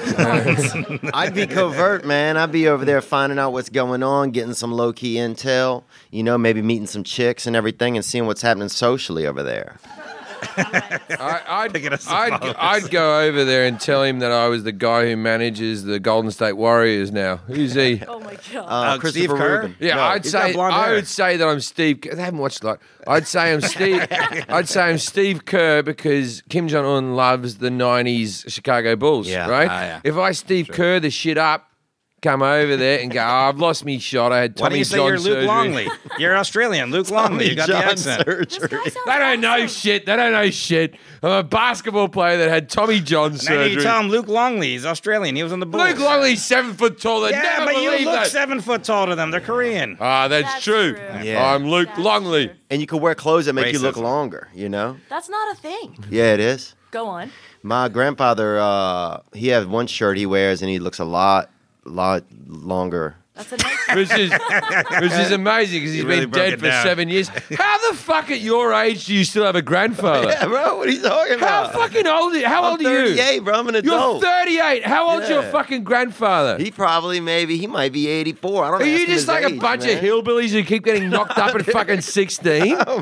[SPEAKER 4] I'd be covert, man. I'd be over there finding out what's going on, getting some low key intel. You know, maybe meeting some chicks and everything, and seeing what's happening socially over there.
[SPEAKER 2] I, I'd,
[SPEAKER 3] us some
[SPEAKER 2] I'd,
[SPEAKER 3] followers.
[SPEAKER 2] I'd go over there and tell him that I was the guy who manages the Golden State Warriors now. Who's he?
[SPEAKER 5] Oh my god.
[SPEAKER 3] Steve
[SPEAKER 4] Uh, Christopher
[SPEAKER 3] Kerr?
[SPEAKER 4] Rubin.
[SPEAKER 2] Yeah,
[SPEAKER 4] No.
[SPEAKER 2] I'd
[SPEAKER 3] he's got
[SPEAKER 2] say
[SPEAKER 3] blonde
[SPEAKER 2] I
[SPEAKER 3] hair.
[SPEAKER 2] would say that I'm Steve. They haven't watched a lot. I'd say I'm Steve. I'd say I'm Steve Kerr because Kim Jong Un loves the '90s Chicago Bulls.
[SPEAKER 4] Yeah.
[SPEAKER 2] right.
[SPEAKER 3] Ah, yeah.
[SPEAKER 2] If I Steve Kerr the shit up, come over there and go. "Oh, I've lost me shot. I had
[SPEAKER 3] Why do
[SPEAKER 2] Tommy
[SPEAKER 3] you say
[SPEAKER 2] John
[SPEAKER 3] you're
[SPEAKER 2] surgery.
[SPEAKER 3] Luke Longley? You're Australian, Luke Longley. You got
[SPEAKER 4] John
[SPEAKER 3] the accent.
[SPEAKER 4] Surgery.
[SPEAKER 5] this guy sounds
[SPEAKER 2] They don't know
[SPEAKER 5] awesome.
[SPEAKER 2] shit. They don't know shit. I'm a basketball player that had Tommy John
[SPEAKER 3] Now you
[SPEAKER 2] surgery.
[SPEAKER 3] tell him Luke Longley. He's Australian. He was on the Bulls.
[SPEAKER 2] Luke Longley's seven foot tall. They
[SPEAKER 3] Yeah,
[SPEAKER 2] never
[SPEAKER 3] but you
[SPEAKER 2] believe
[SPEAKER 3] look
[SPEAKER 2] that.
[SPEAKER 3] seven foot tall to them. They're Korean.
[SPEAKER 2] Ah, that's,
[SPEAKER 5] That's
[SPEAKER 2] true.
[SPEAKER 5] true.
[SPEAKER 4] Yeah.
[SPEAKER 2] I'm Luke
[SPEAKER 5] That's
[SPEAKER 2] Longley.
[SPEAKER 5] true.
[SPEAKER 4] And you could wear clothes that make you look
[SPEAKER 3] Racism.
[SPEAKER 4] longer. You know?
[SPEAKER 5] That's not a thing.
[SPEAKER 4] Yeah, it is.
[SPEAKER 5] Go on.
[SPEAKER 4] My grandfather, uh, he had one shirt he wears, and he looks a lot, lot longer
[SPEAKER 5] That's a nice.
[SPEAKER 2] Which is, which is amazing because he's
[SPEAKER 3] really
[SPEAKER 2] been
[SPEAKER 3] broke
[SPEAKER 2] dead
[SPEAKER 3] it
[SPEAKER 2] for
[SPEAKER 3] down.
[SPEAKER 2] seven years. How the fuck at your age do you still have a grandfather?
[SPEAKER 4] Yeah, bro, what are you talking
[SPEAKER 2] How
[SPEAKER 4] about?
[SPEAKER 2] fucking old? Are you? How
[SPEAKER 4] I'm
[SPEAKER 2] old are you?
[SPEAKER 4] 38, bro. I'm an
[SPEAKER 2] You're
[SPEAKER 4] adult.
[SPEAKER 2] 38. How old's your
[SPEAKER 4] Yeah.
[SPEAKER 2] fucking grandfather?
[SPEAKER 4] He probably, maybe, he might be 84. I don't know.
[SPEAKER 2] Are you
[SPEAKER 4] ask him
[SPEAKER 2] just
[SPEAKER 4] his
[SPEAKER 2] like a
[SPEAKER 4] age,
[SPEAKER 2] bunch
[SPEAKER 4] man.
[SPEAKER 2] of hillbillies who keep getting knocked up at fucking 16? How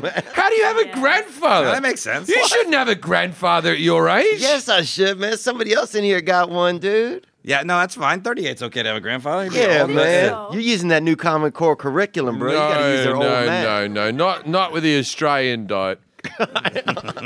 [SPEAKER 2] do you have a
[SPEAKER 5] Yeah.
[SPEAKER 2] grandfather?
[SPEAKER 3] that makes sense.
[SPEAKER 2] You shouldn't have a grandfather at your age.
[SPEAKER 4] Yes, I should, man. Somebody else in here got one, dude.
[SPEAKER 3] Yeah, no, that's fine. 38's okay to have a grandfather. He'd be
[SPEAKER 4] Yeah,
[SPEAKER 3] old, but-
[SPEAKER 4] man.
[SPEAKER 5] so.
[SPEAKER 4] You're using that new Common Core curriculum, bro.
[SPEAKER 2] no,
[SPEAKER 4] you gotta use their
[SPEAKER 2] no,
[SPEAKER 4] old math.
[SPEAKER 2] no, no, not not with the Australian diet.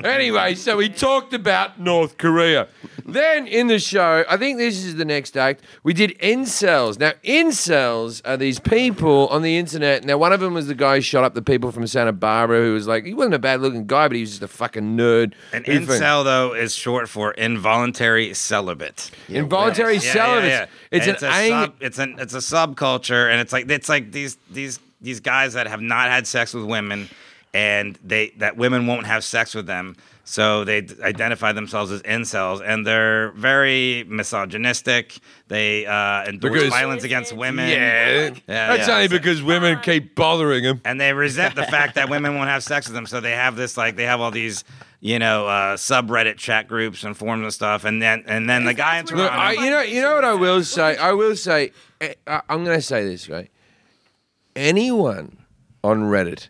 [SPEAKER 2] anyway, so we talked about North Korea. Then in the show, I think this is the next act. We did incels. Now, incels are these people on the internet. Now, one of them was the guy who shot up the people from Santa Barbara, who was like, he wasn't a bad-looking guy, but he was just a fucking nerd.
[SPEAKER 3] An
[SPEAKER 2] who fucking-
[SPEAKER 3] incel, though, is short for involuntary celibate.
[SPEAKER 2] involuntary celibacy. It's,
[SPEAKER 3] It's,
[SPEAKER 2] an
[SPEAKER 3] a
[SPEAKER 2] ang-
[SPEAKER 3] sub, it's an it's a subculture, and it's like it's like these these these guys that have not had sex with women, and they that women won't have sex with them, so they d- identify themselves as incels, and they're very misogynistic. They uh, endorse
[SPEAKER 2] Because-
[SPEAKER 3] violence against women.
[SPEAKER 2] yeah.
[SPEAKER 3] Yeah,
[SPEAKER 2] That's
[SPEAKER 3] yeah.
[SPEAKER 2] only because women keep bothering him.
[SPEAKER 3] and they resent the fact that women won't have sex with them. So they have this like they have all these you know uh, subreddit chat groups and forums and stuff. And then and then the guy in
[SPEAKER 5] Look,
[SPEAKER 2] Look,
[SPEAKER 3] Toronto,
[SPEAKER 2] I, you know, you know what I will say. I will say, eh, I, I'm going to say this right. Anyone on Reddit,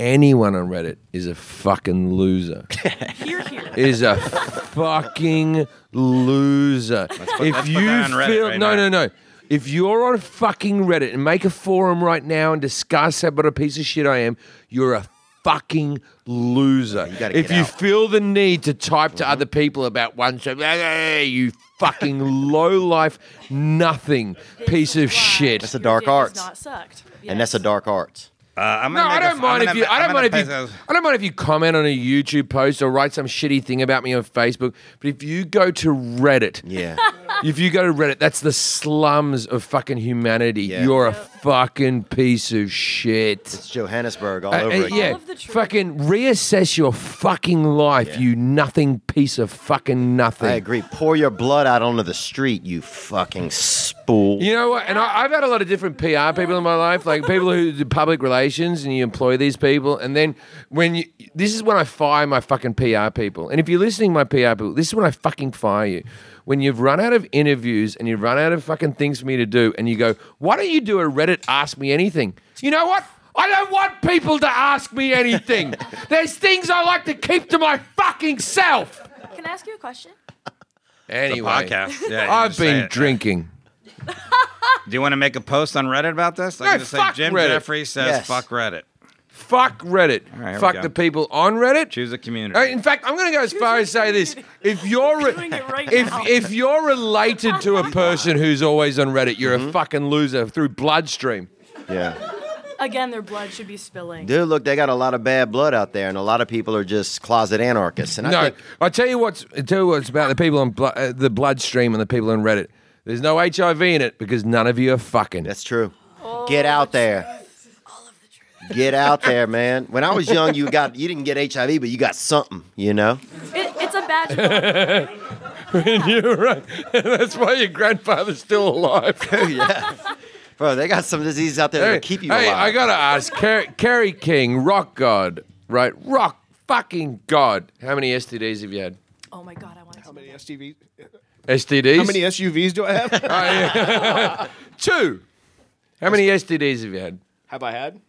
[SPEAKER 2] anyone on Reddit is a fucking loser.
[SPEAKER 5] Here, here.
[SPEAKER 2] is a fucking loser. if
[SPEAKER 3] let's put
[SPEAKER 2] you
[SPEAKER 3] that on Reddit
[SPEAKER 2] feel
[SPEAKER 3] right
[SPEAKER 2] no,
[SPEAKER 3] now.
[SPEAKER 2] no, no. If you're on fucking Reddit and make a forum right now and discuss how what a piece of shit I am, you're a fucking loser.
[SPEAKER 4] gotta
[SPEAKER 2] if
[SPEAKER 4] get
[SPEAKER 2] you
[SPEAKER 4] out.
[SPEAKER 2] feel the need to type to other people about one so you fucking low life nothing piece of shit.
[SPEAKER 4] That's a dark
[SPEAKER 5] Your dick is
[SPEAKER 4] arts.
[SPEAKER 5] not sucked.
[SPEAKER 4] And that's a
[SPEAKER 5] Yes.
[SPEAKER 4] dark arts.
[SPEAKER 3] uh, I'm
[SPEAKER 2] No,
[SPEAKER 3] gonna
[SPEAKER 2] I
[SPEAKER 3] make a-
[SPEAKER 2] don't
[SPEAKER 3] I'm
[SPEAKER 2] mind if
[SPEAKER 3] gonna-
[SPEAKER 2] you. I
[SPEAKER 3] I'm
[SPEAKER 2] don't mind if
[SPEAKER 3] gonna
[SPEAKER 2] you.
[SPEAKER 3] post a-
[SPEAKER 2] I don't mind if you comment on a YouTube post or write some shitty thing about me on Facebook. But if you go to Reddit,
[SPEAKER 4] Yeah.
[SPEAKER 2] if you go to Reddit, that's the slums of fucking humanity.
[SPEAKER 4] Yeah.
[SPEAKER 2] You're a fucking piece of shit.
[SPEAKER 4] it's Johannesburg all
[SPEAKER 2] Uh,
[SPEAKER 4] over
[SPEAKER 2] uh,
[SPEAKER 4] again.
[SPEAKER 2] yeah,
[SPEAKER 5] All of the truth.
[SPEAKER 2] fucking reassess your fucking life, you nothing piece of fucking nothing.
[SPEAKER 4] I agree. Pour your blood out onto the street, you fucking spool.
[SPEAKER 2] You know what? And I, I've had a lot of different PR people in my life, like people who do public relations, and you employ these people. And then when you, this is when I fire my fucking PR people. And if you're listening, my PR people, this is when I fucking fire you. When you've run out of interviews and you've run out of fucking things for me to do, and you go, why don't you do a Reddit Ask Me Anything? You know what? I don't want people to ask me anything. There's things I like to keep to my fucking self.
[SPEAKER 5] Can I ask you a question?
[SPEAKER 2] Anyway,
[SPEAKER 3] podcast. Yeah, you
[SPEAKER 2] I've
[SPEAKER 3] just say
[SPEAKER 2] been
[SPEAKER 3] it.
[SPEAKER 2] drinking.
[SPEAKER 3] Do you want to make a post on Reddit about this? I
[SPEAKER 2] No,
[SPEAKER 3] can just say
[SPEAKER 2] fuck
[SPEAKER 3] Jim
[SPEAKER 2] Reddit.
[SPEAKER 3] Jeffrey says
[SPEAKER 4] Yes.
[SPEAKER 3] fuck Reddit.
[SPEAKER 2] Fuck Reddit.
[SPEAKER 3] right, here we
[SPEAKER 2] Fuck
[SPEAKER 3] go.
[SPEAKER 2] the people on Reddit.
[SPEAKER 3] Choose a community.
[SPEAKER 2] Uh, In fact, I'm going to go as far as say this: if you're
[SPEAKER 5] Doing it right
[SPEAKER 2] if
[SPEAKER 5] now.
[SPEAKER 2] if you're related to a person who's always on Reddit, you're a fucking loser through bloodstream.
[SPEAKER 4] yeah.
[SPEAKER 5] Again, their blood should be spilling.
[SPEAKER 4] Dude, look, they got a lot of bad blood out there, and a lot of people are just closet anarchists. And I
[SPEAKER 2] no,
[SPEAKER 4] think
[SPEAKER 2] I tell you what's I tell you what's about the people on blo- uh, the bloodstream and the people on Reddit. There's no HIV in it because none of you are fucking.
[SPEAKER 4] that's true. Get out there. Get out there, man. When I was young, you got you didn't get HIV, but you got something, you know.
[SPEAKER 5] It, it's a badge. of-
[SPEAKER 2] you're right. that's why your grandfather's still alive.
[SPEAKER 4] Bro, they got some diseases out there
[SPEAKER 2] hey,
[SPEAKER 4] that'll keep you
[SPEAKER 2] hey,
[SPEAKER 4] alive.
[SPEAKER 2] I gotta ask, Ker- Kerry King, rock god, right? Rock fucking god. How many STDs have you had?
[SPEAKER 5] oh my god, I want to.
[SPEAKER 6] How many SUVs?
[SPEAKER 2] STDs?
[SPEAKER 6] How many SUVs do I have?
[SPEAKER 2] Two. How many STDs have you had?
[SPEAKER 6] have I had?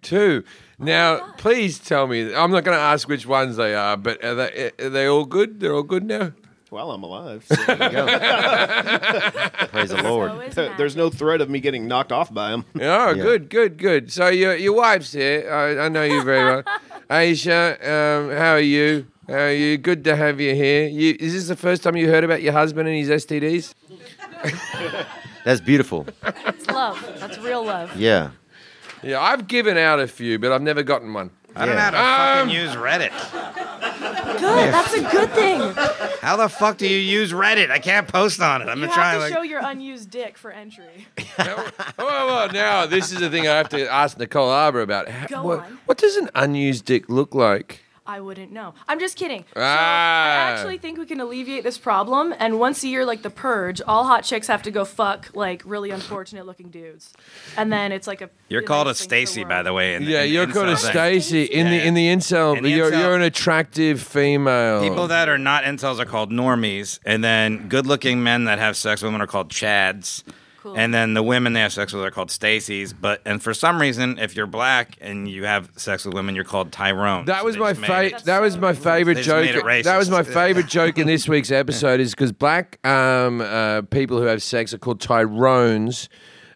[SPEAKER 2] Two. Now, please tell me. I'm not going to ask which ones they are, but are they, are they all good? They're all good now.
[SPEAKER 6] Well, I'm alive. so
[SPEAKER 4] Praise the Lord.
[SPEAKER 5] Always
[SPEAKER 6] there- There's no threat of me getting knocked off by them.
[SPEAKER 2] Oh, good, good, good. So your your wife's here. I, I know you very well. Aisha, um, how are you? How are you? Good to have you here. You, is this the first time you heard about your husband and his STDs?
[SPEAKER 4] That's beautiful.
[SPEAKER 5] That's love. That's real love.
[SPEAKER 4] Yeah.
[SPEAKER 2] Yeah, I've given out a few, but I've never gotten one.
[SPEAKER 3] I don't know how to
[SPEAKER 2] Um,
[SPEAKER 3] fucking use Reddit.
[SPEAKER 5] Good. That's a good thing. You
[SPEAKER 3] How the fuck do you use Reddit? I can't post on it. I'm
[SPEAKER 5] have
[SPEAKER 3] gonna try
[SPEAKER 5] to
[SPEAKER 3] like
[SPEAKER 5] show your unused dick for entry.
[SPEAKER 2] Oh, well, now this is the thing I have to ask Nicole Arbor about. How-
[SPEAKER 5] Go
[SPEAKER 2] what,
[SPEAKER 5] on.
[SPEAKER 2] what does an unused dick look like?
[SPEAKER 5] I wouldn't know. I'm just kidding.
[SPEAKER 2] Ah.
[SPEAKER 5] So I actually think we can alleviate this problem. And once a year, like the purge, all hot chicks have to go fuck like really unfortunate looking dudes, and then it's like a.
[SPEAKER 3] You're called a Stacy, by the way. In,
[SPEAKER 2] Yeah,
[SPEAKER 3] in-
[SPEAKER 2] you're
[SPEAKER 3] in
[SPEAKER 2] called a
[SPEAKER 3] something.
[SPEAKER 2] Stacy in the in the incel.
[SPEAKER 3] In
[SPEAKER 2] but
[SPEAKER 3] the
[SPEAKER 2] you're,
[SPEAKER 3] incel-
[SPEAKER 2] you're an attractive female.
[SPEAKER 4] Oh.
[SPEAKER 3] People that are not incels are called normies, and then good-looking men that have sex with women are called chads,
[SPEAKER 5] Cool.
[SPEAKER 3] and then the women they have sex with are called Stacies. But and for some reason, if you're black and you have sex with women, you're called Tyrone.
[SPEAKER 2] That
[SPEAKER 3] So
[SPEAKER 2] was
[SPEAKER 3] they
[SPEAKER 2] my
[SPEAKER 3] just made
[SPEAKER 2] favorite.
[SPEAKER 3] it.
[SPEAKER 2] That was my favorite
[SPEAKER 3] They just
[SPEAKER 2] joke.
[SPEAKER 3] made it
[SPEAKER 2] That was my
[SPEAKER 3] racist.
[SPEAKER 2] favorite joke in this week's episode is because black um, uh, people who have sex are called Tyrones,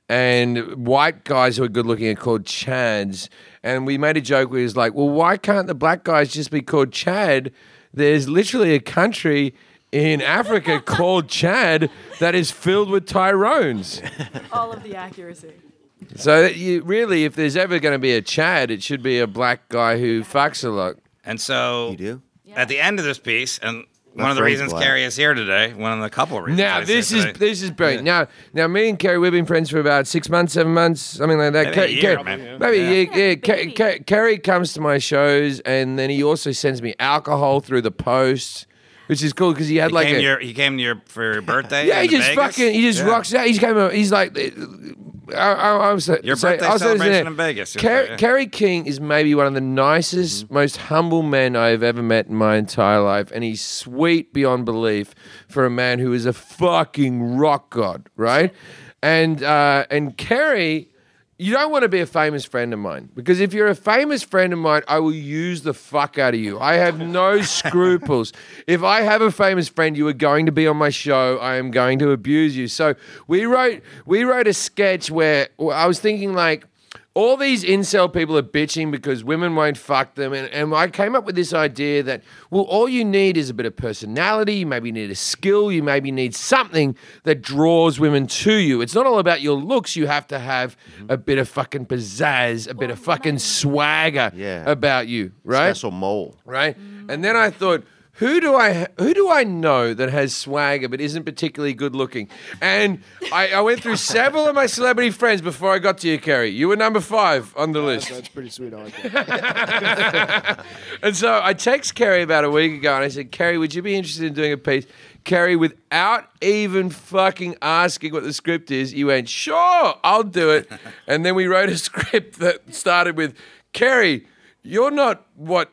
[SPEAKER 2] and white guys who are good looking are called Chads. And we made a joke where it's like, well, why can't the black guys just be called Chad? There's literally a country. In Africa, called Chad, that is filled with Tyrones.
[SPEAKER 5] All of the accuracy.
[SPEAKER 2] So, that you, really, if there's ever going to be a Chad, it should be a black guy who fucks a lot.
[SPEAKER 3] And so
[SPEAKER 4] You do?
[SPEAKER 3] at the end of this piece, and one of the
[SPEAKER 4] phrase
[SPEAKER 3] reasons
[SPEAKER 4] black.
[SPEAKER 3] Carrie is here today, one of the couple reasons.
[SPEAKER 2] Now
[SPEAKER 3] I said
[SPEAKER 2] this is
[SPEAKER 3] today.
[SPEAKER 2] this is brilliant. Now now me and Kerry we've been friends for about six months, seven months, something like that.
[SPEAKER 3] Maybe
[SPEAKER 2] Ker-
[SPEAKER 3] a year,
[SPEAKER 2] Ker-
[SPEAKER 3] man.
[SPEAKER 2] maybe a year,
[SPEAKER 5] Yeah,
[SPEAKER 2] yeah. Ke-
[SPEAKER 5] baby.
[SPEAKER 2] Ke- Kerry comes to my shows, and then he also sends me alcohol through the post, which is cool because he had
[SPEAKER 3] He
[SPEAKER 2] like
[SPEAKER 3] came
[SPEAKER 2] a,
[SPEAKER 3] to your, he came to your for your birthday.
[SPEAKER 2] yeah, he
[SPEAKER 3] in
[SPEAKER 2] just
[SPEAKER 3] Vegas?
[SPEAKER 2] fucking he just
[SPEAKER 3] Yeah.
[SPEAKER 2] rocks out. He's came up. He's like, uh, I, I, I'm so,
[SPEAKER 3] Your
[SPEAKER 2] so-
[SPEAKER 3] birthday
[SPEAKER 2] I was saying this
[SPEAKER 3] celebration
[SPEAKER 2] there.
[SPEAKER 3] in Vegas, you
[SPEAKER 2] Ker-
[SPEAKER 3] say, yeah. Mm-hmm.
[SPEAKER 2] Kerry King is maybe one of the nicest, most humble men I've ever met in my entire life, and he's sweet beyond belief for a man who is a fucking rock god, right? And uh, and Kerry. You don't want to be a famous friend of mine because if you're a famous friend of mine, I will use the fuck out of you. I have no scruples. If I have a famous friend, you are going to be on my show. I am going to abuse you. So we wrote we wrote a sketch where where I was thinking like all these incel people are bitching because women won't fuck them. And, and I came up with this idea that, well, all you need is a bit of personality. You maybe need a skill. You maybe need something that draws women to you. It's not all about your looks. You have to have a bit of fucking pizzazz, a bit of fucking swagger
[SPEAKER 4] Yeah.
[SPEAKER 2] about you, right?
[SPEAKER 4] Special mole.
[SPEAKER 2] right? And then I thought, who do I who do I know that has swagger but isn't particularly good looking? And I, I went through several of my celebrity friends before I got to you, Kerry. You were number five on the
[SPEAKER 6] That's,
[SPEAKER 2] list.
[SPEAKER 6] that's pretty sweet. I like that.
[SPEAKER 2] And so I text Kerry about a week ago and I said, Kerry, would you be interested in doing a piece? Kerry, without even fucking asking what the script is, he went, Sure, I'll do it. And then we wrote a script that started with, Kerry, you're not what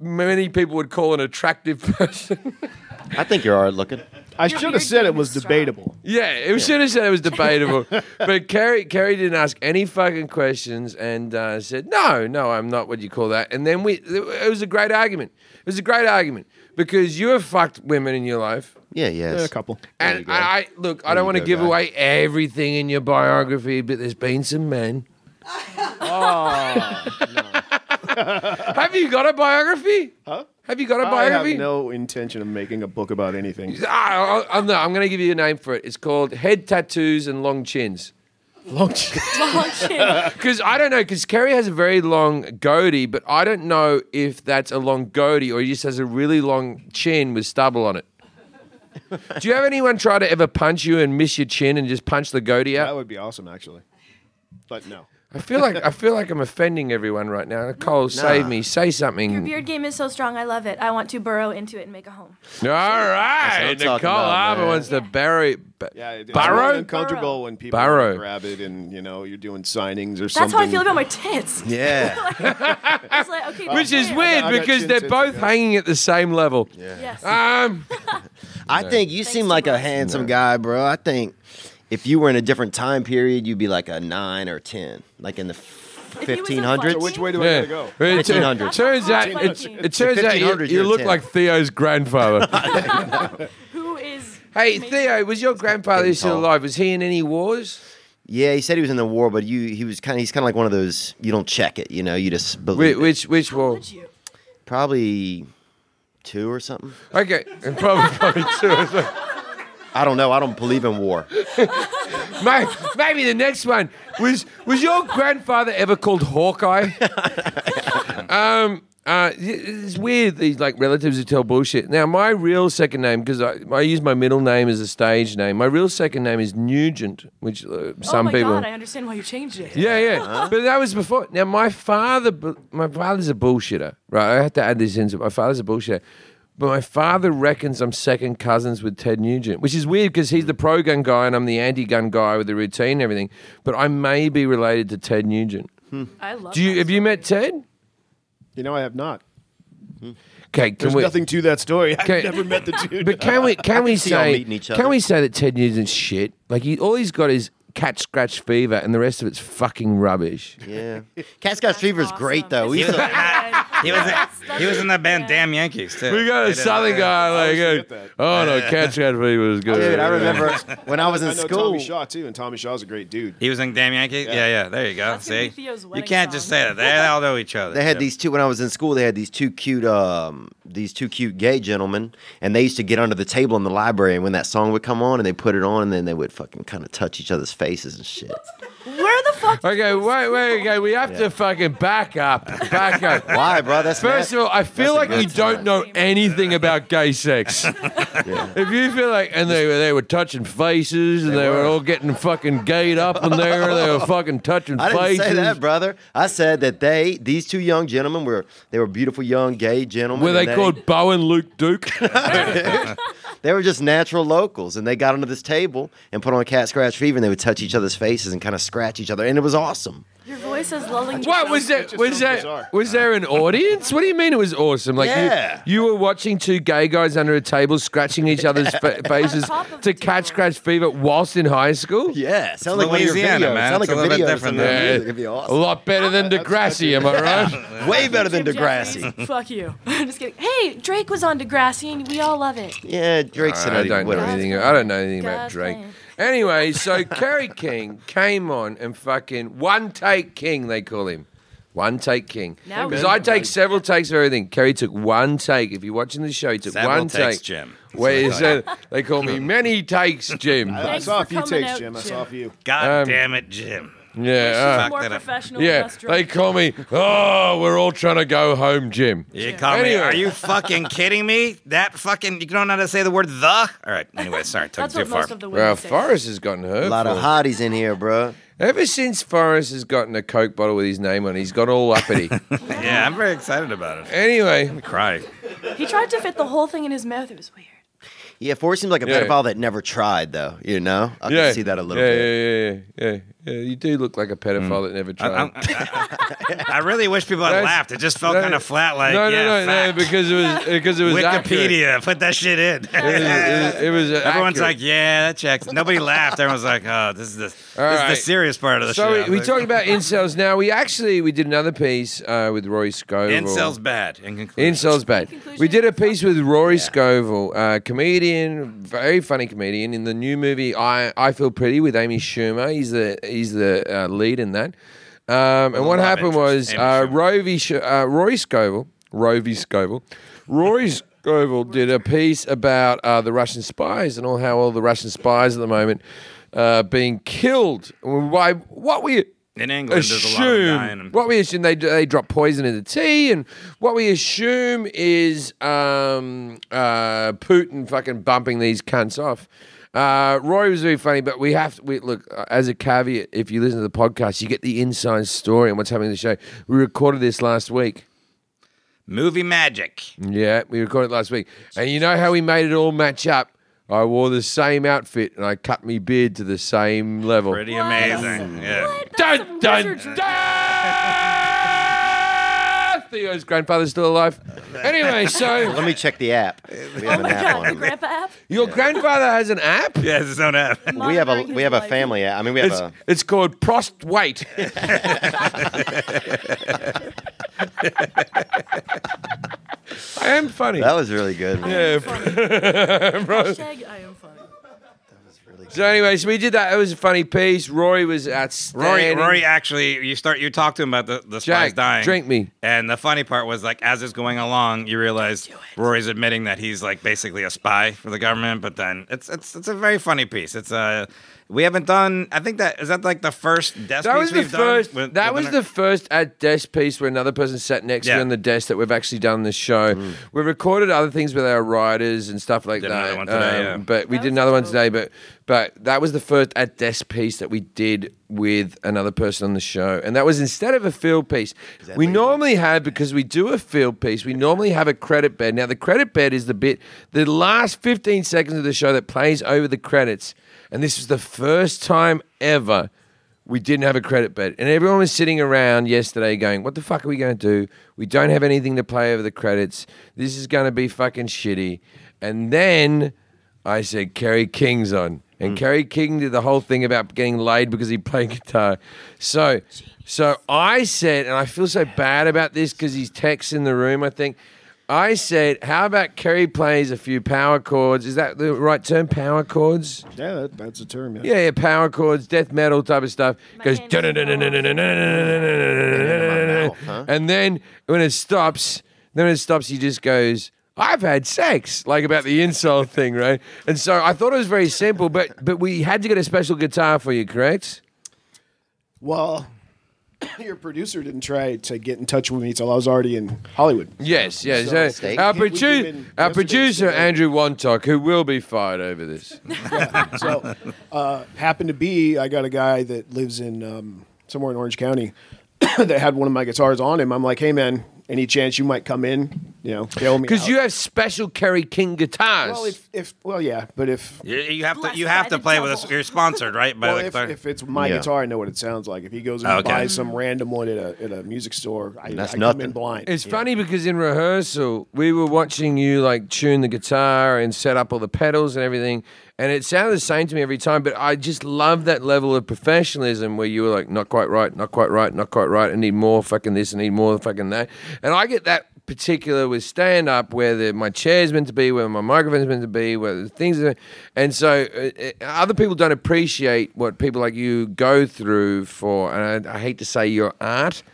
[SPEAKER 2] many people would call an attractive person.
[SPEAKER 4] I think you're hard looking.
[SPEAKER 6] I should have said it was debatable.
[SPEAKER 2] yeah, it was, should have said it was debatable. but Kerry, Kerry didn't ask any fucking questions and uh, said, No, no, I'm not what you call that. And then we, it was a great argument. It was a great argument because you have fucked women in your life.
[SPEAKER 4] Yeah, yes.
[SPEAKER 6] Yeah, a couple.
[SPEAKER 4] There you
[SPEAKER 2] And
[SPEAKER 4] go.
[SPEAKER 2] I, I look, I don't
[SPEAKER 4] you
[SPEAKER 2] want to
[SPEAKER 4] go,
[SPEAKER 2] give
[SPEAKER 4] guy.
[SPEAKER 2] away everything in your biography, but there's been some men.
[SPEAKER 4] Oh,
[SPEAKER 2] have you got a biography? Huh? Have you got a
[SPEAKER 6] I have
[SPEAKER 2] biography?
[SPEAKER 6] no intention of making a book about anything.
[SPEAKER 2] Ah, I'll- I'll- no, I'm going to give you a name for it. It's called Head Tattoos and Long Chins.
[SPEAKER 6] Long
[SPEAKER 5] Long shit.
[SPEAKER 2] Because I don't know, because Kerry has a very long goatee, but I don't know if that's a long goatee or he just has a really long chin with stubble on it. Do you have anyone try to ever punch you and miss your chin and just punch the goatee out?
[SPEAKER 6] that would be awesome, actually. But no.
[SPEAKER 2] I feel like I feel like I'm offending everyone right now. Nicole, save me. Say something.
[SPEAKER 5] Your beard game is so strong. I love it. I want to burrow into it and make a home.
[SPEAKER 2] All right,
[SPEAKER 4] That's what I'm
[SPEAKER 2] Nicole
[SPEAKER 4] talking about,
[SPEAKER 2] Arbor
[SPEAKER 4] man.
[SPEAKER 2] wants to bury. bu-
[SPEAKER 6] Yeah, it- it's
[SPEAKER 2] Burrow?
[SPEAKER 6] really uncomfortable
[SPEAKER 5] Burrow.
[SPEAKER 6] when people
[SPEAKER 2] Burrow.
[SPEAKER 6] grab it and you know you're doing signings or something.
[SPEAKER 5] That's how I feel about my tits.
[SPEAKER 4] Yeah.
[SPEAKER 5] It's like, okay,
[SPEAKER 2] Which is
[SPEAKER 5] there.
[SPEAKER 2] weird
[SPEAKER 6] Oh, I got
[SPEAKER 2] because
[SPEAKER 6] chin
[SPEAKER 2] they're
[SPEAKER 6] tits, I
[SPEAKER 2] both
[SPEAKER 6] guess.
[SPEAKER 2] hanging at the same level.
[SPEAKER 5] Yes.
[SPEAKER 3] Ah.
[SPEAKER 2] Um,
[SPEAKER 4] I think you seem like a handsome guy, bro. I think if you were in a different time period, you'd be like a nine or ten, like in the
[SPEAKER 5] If he was a
[SPEAKER 4] fifteen hundreds.
[SPEAKER 5] fucking-
[SPEAKER 6] Which way do I
[SPEAKER 2] yeah.
[SPEAKER 6] gotta go?
[SPEAKER 2] It tu-
[SPEAKER 4] 1500.
[SPEAKER 2] turns out, it,
[SPEAKER 5] 1500.
[SPEAKER 2] it turns out you,
[SPEAKER 4] 1500,
[SPEAKER 2] you
[SPEAKER 4] you're
[SPEAKER 2] look
[SPEAKER 4] 10.
[SPEAKER 2] like Theo's grandfather.
[SPEAKER 5] Who is?
[SPEAKER 2] hey, Theo, was your grandfather
[SPEAKER 4] fucking
[SPEAKER 2] still
[SPEAKER 4] tall.
[SPEAKER 2] alive? Was he in any wars?
[SPEAKER 4] Yeah, he said he was in the war, but you he was kind of he's kind of like one of those you don't check it, you know, you just
[SPEAKER 2] Which
[SPEAKER 4] believe. it.
[SPEAKER 2] which, which war?
[SPEAKER 5] Would you?
[SPEAKER 4] Probably two or something.
[SPEAKER 2] Okay, probably, probably two. or something.
[SPEAKER 4] I don't know. I don't believe in war.
[SPEAKER 2] May- Maybe the next one was was your grandfather ever called Hawkeye? um, Uh, it- it's weird these like relatives who tell bullshit. Now my real second name because I, I use my middle name as a stage name. My real second name is Nugent, which uh, some
[SPEAKER 5] oh my
[SPEAKER 2] people.
[SPEAKER 5] god, I understand why you changed it.
[SPEAKER 2] Yeah, yeah. But that was before. Now my father, bu- my father's a bullshitter, right? I have to add this in. so My father's a bullshitter, but my father reckons I'm second cousins with Ted Nugent, which is weird because he's the pro gun guy and I'm the anti gun guy with the routine and everything. But I may be related to Ted Nugent.
[SPEAKER 5] I love.
[SPEAKER 2] Do you
[SPEAKER 5] that
[SPEAKER 2] have you met Ted?
[SPEAKER 6] You know, I have not.
[SPEAKER 2] Okay, can
[SPEAKER 6] There's
[SPEAKER 2] we?
[SPEAKER 6] nothing to that story. I've
[SPEAKER 2] Okay.
[SPEAKER 6] never met the dude.
[SPEAKER 2] But can we can we
[SPEAKER 4] see y'all
[SPEAKER 2] say
[SPEAKER 4] meeting each
[SPEAKER 2] can
[SPEAKER 4] other.
[SPEAKER 2] we say that Ted Nugent's shit? Like he, all he's got is cat scratch fever, and the rest of it's fucking rubbish.
[SPEAKER 4] Yeah. Cat Scott Fever's
[SPEAKER 5] awesome.
[SPEAKER 4] great though. He's
[SPEAKER 5] It's
[SPEAKER 4] a,
[SPEAKER 5] so good.
[SPEAKER 3] He was
[SPEAKER 5] That's-
[SPEAKER 3] he was in that band
[SPEAKER 5] yeah.
[SPEAKER 3] Damn Yankees too.
[SPEAKER 2] We got
[SPEAKER 3] They
[SPEAKER 2] a
[SPEAKER 3] did-
[SPEAKER 2] southern guy like,
[SPEAKER 6] always
[SPEAKER 2] uh,
[SPEAKER 6] forget
[SPEAKER 2] oh no, cat scratch fever is good.
[SPEAKER 4] Oh, dude, I remember when I was
[SPEAKER 6] I
[SPEAKER 4] in
[SPEAKER 6] know
[SPEAKER 4] school.
[SPEAKER 6] Tommy Shaw too, and Tommy Shaw's a great dude.
[SPEAKER 3] He was in Damn Yankees. Yeah, yeah. there you go.
[SPEAKER 5] That's gonna
[SPEAKER 3] See,
[SPEAKER 5] be Theo's
[SPEAKER 3] you
[SPEAKER 5] wedding
[SPEAKER 3] can't just
[SPEAKER 5] song.
[SPEAKER 3] say that. They all know each other.
[SPEAKER 4] They had
[SPEAKER 3] so.
[SPEAKER 4] these two when I was in school. They had these two cute, um, these two cute gay gentlemen, and they used to get under the table in the library. And when that song would come on, and they put it on, and then they would fucking kind of touch each other's faces and shit.
[SPEAKER 5] Where the fuck?
[SPEAKER 2] Okay, wait, wait, okay, we have to fucking back up, back up.
[SPEAKER 4] Why, bro? That's
[SPEAKER 2] First
[SPEAKER 4] nasty.
[SPEAKER 2] of all, I feel
[SPEAKER 4] That's
[SPEAKER 2] like
[SPEAKER 4] a
[SPEAKER 2] you
[SPEAKER 4] good
[SPEAKER 2] don't
[SPEAKER 4] time.
[SPEAKER 2] know anything about gay sex. If you feel like, and they were they were touching faces, and they, were.
[SPEAKER 4] were.
[SPEAKER 2] all getting fucking gayed up in there, they were fucking touching
[SPEAKER 4] I didn't
[SPEAKER 2] faces.
[SPEAKER 4] say that, brother. I said that they, these two young gentlemen, were they were beautiful young gay gentlemen.
[SPEAKER 2] Were they
[SPEAKER 4] and
[SPEAKER 2] called Bo and Luke Duke?
[SPEAKER 4] They were just natural locals, and they got under this table and put on cat scratch fever, and they would touch each other's faces and kind of scratch each other, and it was awesome.
[SPEAKER 5] Your voice is lulling.
[SPEAKER 2] What was that?
[SPEAKER 6] just
[SPEAKER 2] Was
[SPEAKER 6] so bizarre.
[SPEAKER 2] that? Was there an audience? What do you mean it was awesome? Like you-
[SPEAKER 4] Yeah.
[SPEAKER 2] you, were watching two gay guys under a table scratching each other's fa- faces
[SPEAKER 5] top of
[SPEAKER 2] to
[SPEAKER 5] the
[SPEAKER 2] catch
[SPEAKER 5] table.
[SPEAKER 2] scratch fever whilst in high school.
[SPEAKER 4] Yeah, it sounded
[SPEAKER 3] It's
[SPEAKER 4] like one of your
[SPEAKER 3] Louisiana,
[SPEAKER 4] videos.
[SPEAKER 3] man.
[SPEAKER 4] Sound
[SPEAKER 3] It's
[SPEAKER 4] like
[SPEAKER 3] a
[SPEAKER 4] a,
[SPEAKER 3] little
[SPEAKER 4] video
[SPEAKER 3] bit
[SPEAKER 4] or
[SPEAKER 3] different
[SPEAKER 4] something.
[SPEAKER 2] than- Yeah.
[SPEAKER 4] It'd be
[SPEAKER 2] A
[SPEAKER 4] awesome.
[SPEAKER 2] lot better than Degrassi, am I right?
[SPEAKER 4] Way better than
[SPEAKER 5] Jim
[SPEAKER 4] Degrassi.
[SPEAKER 5] Jeffries, Fuck you. just kidding. Hey, Drake was on Degrassi, and we all love it.
[SPEAKER 4] Yeah, Drake's in
[SPEAKER 2] I
[SPEAKER 4] it.
[SPEAKER 2] don't know
[SPEAKER 4] whatever.
[SPEAKER 2] anything. I don't know anything about
[SPEAKER 5] God's
[SPEAKER 2] Drake.
[SPEAKER 5] plan.
[SPEAKER 2] Anyway, so Kerry King came on and fucking one take King, they call him. One take King.
[SPEAKER 5] Now
[SPEAKER 2] Because
[SPEAKER 5] we-
[SPEAKER 2] I take several takes of everything. Kerry took one take. If you're watching the show, he took
[SPEAKER 3] Several
[SPEAKER 2] one
[SPEAKER 3] takes,
[SPEAKER 2] take.
[SPEAKER 3] Jim.
[SPEAKER 2] Wait, so they call me many takes, Jim.
[SPEAKER 6] I- I
[SPEAKER 5] Thanks
[SPEAKER 6] saw a
[SPEAKER 5] for
[SPEAKER 6] few
[SPEAKER 5] coming
[SPEAKER 6] takes,
[SPEAKER 5] out,
[SPEAKER 6] Jim. I
[SPEAKER 5] Jim.
[SPEAKER 6] saw a few.
[SPEAKER 3] God
[SPEAKER 2] Um,
[SPEAKER 3] damn it, Jim.
[SPEAKER 5] She's
[SPEAKER 2] Yeah,
[SPEAKER 5] more
[SPEAKER 3] that up.
[SPEAKER 5] professional.
[SPEAKER 2] uh, yeah.
[SPEAKER 5] less
[SPEAKER 2] They
[SPEAKER 5] drunk.
[SPEAKER 2] call me. Oh, we're all trying to go home, Jim.
[SPEAKER 3] You call me?
[SPEAKER 2] Anyway.
[SPEAKER 3] Are you fucking kidding me? That fucking you don't know how to say the word the. All right. Anyway, sorry, took it
[SPEAKER 5] That's
[SPEAKER 3] too
[SPEAKER 5] what
[SPEAKER 3] far.
[SPEAKER 5] most of the women
[SPEAKER 2] Well,
[SPEAKER 5] say.
[SPEAKER 2] Forrest has gotten hurt.
[SPEAKER 4] A lot of hotties in here, bro.
[SPEAKER 2] Ever since Forrest has gotten a Coke bottle with his name on, it, he's got all uppity.
[SPEAKER 3] yeah, I'm very excited about it.
[SPEAKER 2] anyway,
[SPEAKER 3] Cry.
[SPEAKER 5] He tried to fit the whole thing in his mouth. It was weird.
[SPEAKER 4] Yeah, Forrest seems like a
[SPEAKER 2] Yeah.
[SPEAKER 4] pedophile that never tried, though. You know, I
[SPEAKER 2] yeah,
[SPEAKER 4] can see that a little
[SPEAKER 2] yeah,
[SPEAKER 4] bit.
[SPEAKER 2] Yeah, yeah, yeah, yeah, yeah. You do look like a pedophile that never
[SPEAKER 3] Mm. I,
[SPEAKER 2] tried.
[SPEAKER 3] I, I- I really wish people had
[SPEAKER 2] That's-
[SPEAKER 3] laughed. It just felt
[SPEAKER 2] no,
[SPEAKER 3] kind of flat. Like
[SPEAKER 2] no, no,
[SPEAKER 3] yeah,
[SPEAKER 2] no, no,
[SPEAKER 3] fact.
[SPEAKER 2] because it was because it was accurate.
[SPEAKER 3] Wikipedia, put that shit in.
[SPEAKER 2] It was, it was, it was accurate.
[SPEAKER 3] Everyone's like, yeah, that checks. Nobody laughed. Everyone's like, oh, this is the this
[SPEAKER 2] All
[SPEAKER 3] is
[SPEAKER 2] right.
[SPEAKER 3] the serious part of the
[SPEAKER 2] So
[SPEAKER 3] show.
[SPEAKER 2] we, we
[SPEAKER 3] Like,
[SPEAKER 2] talked about incels. Now we actually we did another piece uh, with Roy Scovel.
[SPEAKER 3] incels bad. In conclusion,
[SPEAKER 2] Incels bad.
[SPEAKER 5] conclusion,
[SPEAKER 2] We did a piece with Rory Scovel, a comedian, very funny comedian, in the new movie I, I Feel Pretty with Amy Schumer. He's the he's the uh, lead in that. Um, and what
[SPEAKER 3] love
[SPEAKER 2] happened was
[SPEAKER 3] interest,
[SPEAKER 2] uh,
[SPEAKER 3] Amy
[SPEAKER 2] Rovi Sh-
[SPEAKER 3] Schumer.
[SPEAKER 2] uh, Rory Scovel, Rovi Scovel, Rory Scovel did a piece about uh, the Russian spies and all how all the Russian spies at the moment uh, being killed. Why? What we
[SPEAKER 3] in England, there's a lot of dying.
[SPEAKER 2] assume what we assume they do- they drop poison in the tea, and what we assume is um, uh, Putin fucking bumping these cunts off. Uh, Roy was very funny, but we have to we, look uh, as a caveat. If you listen to the podcast, you get the inside story on what's happening in the show. We recorded this last week.
[SPEAKER 3] Movie magic.
[SPEAKER 2] Yeah, we recorded it last week, and you know how we made it all match up. I wore the same outfit and I cut my beard to the same level.
[SPEAKER 3] Pretty amazing. Yeah.
[SPEAKER 2] Dun,
[SPEAKER 5] That's some
[SPEAKER 2] dun,
[SPEAKER 5] wizardry.
[SPEAKER 2] dun! Theo's grandfather's still alive. Anyway, so
[SPEAKER 4] Let me check the app. We have an
[SPEAKER 5] Oh my
[SPEAKER 4] app
[SPEAKER 5] god, the
[SPEAKER 4] on. it.
[SPEAKER 5] grandpa app.
[SPEAKER 2] your grandfather has an app.
[SPEAKER 3] Yeah, it's his own app.
[SPEAKER 4] We have a
[SPEAKER 5] Monitoring
[SPEAKER 4] we have
[SPEAKER 5] his
[SPEAKER 4] a
[SPEAKER 5] life.
[SPEAKER 4] family app. I mean, we have
[SPEAKER 2] It's,
[SPEAKER 4] a
[SPEAKER 2] it's called Prost Wait. I am funny.
[SPEAKER 4] that was really good. man.
[SPEAKER 2] Yeah,
[SPEAKER 5] Hashtag I am funny.
[SPEAKER 2] so anyway, so we did that. It was a funny piece. Rory was
[SPEAKER 3] Rory,
[SPEAKER 2] outstanding.
[SPEAKER 3] Rory, actually, you start you talk to him about the the spies
[SPEAKER 2] Jack,
[SPEAKER 3] dying.
[SPEAKER 2] drink me.
[SPEAKER 3] And the funny part was like as it's going along, you realize Rory's admitting that he's like basically a spy for the government. But then it's it's it's a very funny piece. It's a We haven't done. I think that is that like the first desk
[SPEAKER 2] That
[SPEAKER 3] piece
[SPEAKER 2] was the
[SPEAKER 3] we've done
[SPEAKER 2] first.
[SPEAKER 3] with-
[SPEAKER 2] that
[SPEAKER 3] within
[SPEAKER 2] was
[SPEAKER 3] our-
[SPEAKER 2] the first at desk piece where another person sat next to
[SPEAKER 3] Yeah. Mm.
[SPEAKER 2] me on the desk that we've actually done this show. We recorded other things with our writers and stuff like
[SPEAKER 3] Did
[SPEAKER 2] that. um,
[SPEAKER 3] another one today, yeah.
[SPEAKER 2] But we
[SPEAKER 5] That
[SPEAKER 2] did
[SPEAKER 5] was
[SPEAKER 2] another one
[SPEAKER 5] dope.
[SPEAKER 2] today. But but that was the first at desk piece that we did with another person on the show, and that was instead of a field piece. We normally have because we do a field piece. We normally have a credit bed. Now the credit bed is the bit, the last fifteen seconds of the show that plays over the credits, and this is the first time ever we didn't have a credit bet. And everyone was sitting around yesterday going, What the fuck are we going to do? We don't have anything to play over the credits. This is going to be fucking shitty. And then I said, Kerry King's on. And Kerry King did the whole thing about getting laid because he played guitar. So, so I said, and I feel so bad about this because he's text in the room, I think. I said, How about Kerry plays a few power chords? Is that the right term? Power chords?
[SPEAKER 6] Yeah, that, that's a term.
[SPEAKER 2] Yeah, yeah, power chords, death metal type of stuff. Goes
[SPEAKER 5] hand is
[SPEAKER 2] and then when it stops, then when it stops, he just goes, "I've had sex," like about the insult thing, right? And so I thought it was very simple, but but we had to get a special guitar for you, correct?
[SPEAKER 6] Well, your producer didn't try to get in touch with me till I was already in Hollywood.
[SPEAKER 2] Yes, yes.
[SPEAKER 4] So-
[SPEAKER 2] So our,
[SPEAKER 6] We've
[SPEAKER 2] produ-
[SPEAKER 6] been
[SPEAKER 2] our
[SPEAKER 6] yesterday,
[SPEAKER 2] producer
[SPEAKER 6] today.
[SPEAKER 2] Andrew Wontok, who will be fired over this.
[SPEAKER 6] So, uh, happened to be, I got a guy that lives in um, somewhere in Orange County that had one of my guitars on him. I'm like, hey man, any chance you might come in? You know, bail me
[SPEAKER 2] Because
[SPEAKER 6] out."
[SPEAKER 2] you have special Kerry King guitars.
[SPEAKER 6] Well, if, if well, yeah, but if
[SPEAKER 3] You, you have to.
[SPEAKER 5] Blessed
[SPEAKER 3] You
[SPEAKER 5] by
[SPEAKER 3] have to
[SPEAKER 5] the
[SPEAKER 3] play with us.
[SPEAKER 5] devil.
[SPEAKER 3] You're sponsored, right? By
[SPEAKER 6] well,
[SPEAKER 3] the
[SPEAKER 6] if,
[SPEAKER 3] guitar. Ah,
[SPEAKER 6] if it's my
[SPEAKER 4] Yeah.
[SPEAKER 6] guitar, I know what it sounds like. If he goes and
[SPEAKER 3] Okay.
[SPEAKER 6] buys some random one at a at a music store, I,
[SPEAKER 4] That's
[SPEAKER 6] I come
[SPEAKER 4] nothing.
[SPEAKER 6] in blind.
[SPEAKER 2] It's funny because in rehearsal we were watching you like tune the guitar and set up all the pedals and everything, and it sounded the same to me every time. But I just love that level of professionalism where you were like, not quite right, not quite right, not quite right. I need more fucking this, I need more fucking that. And I get that particular with stand up where the, my chair's meant to be, where my microphone's meant to be, where the things are. And so uh, uh, other people don't appreciate what people like you go through for, and I, I hate to say your art.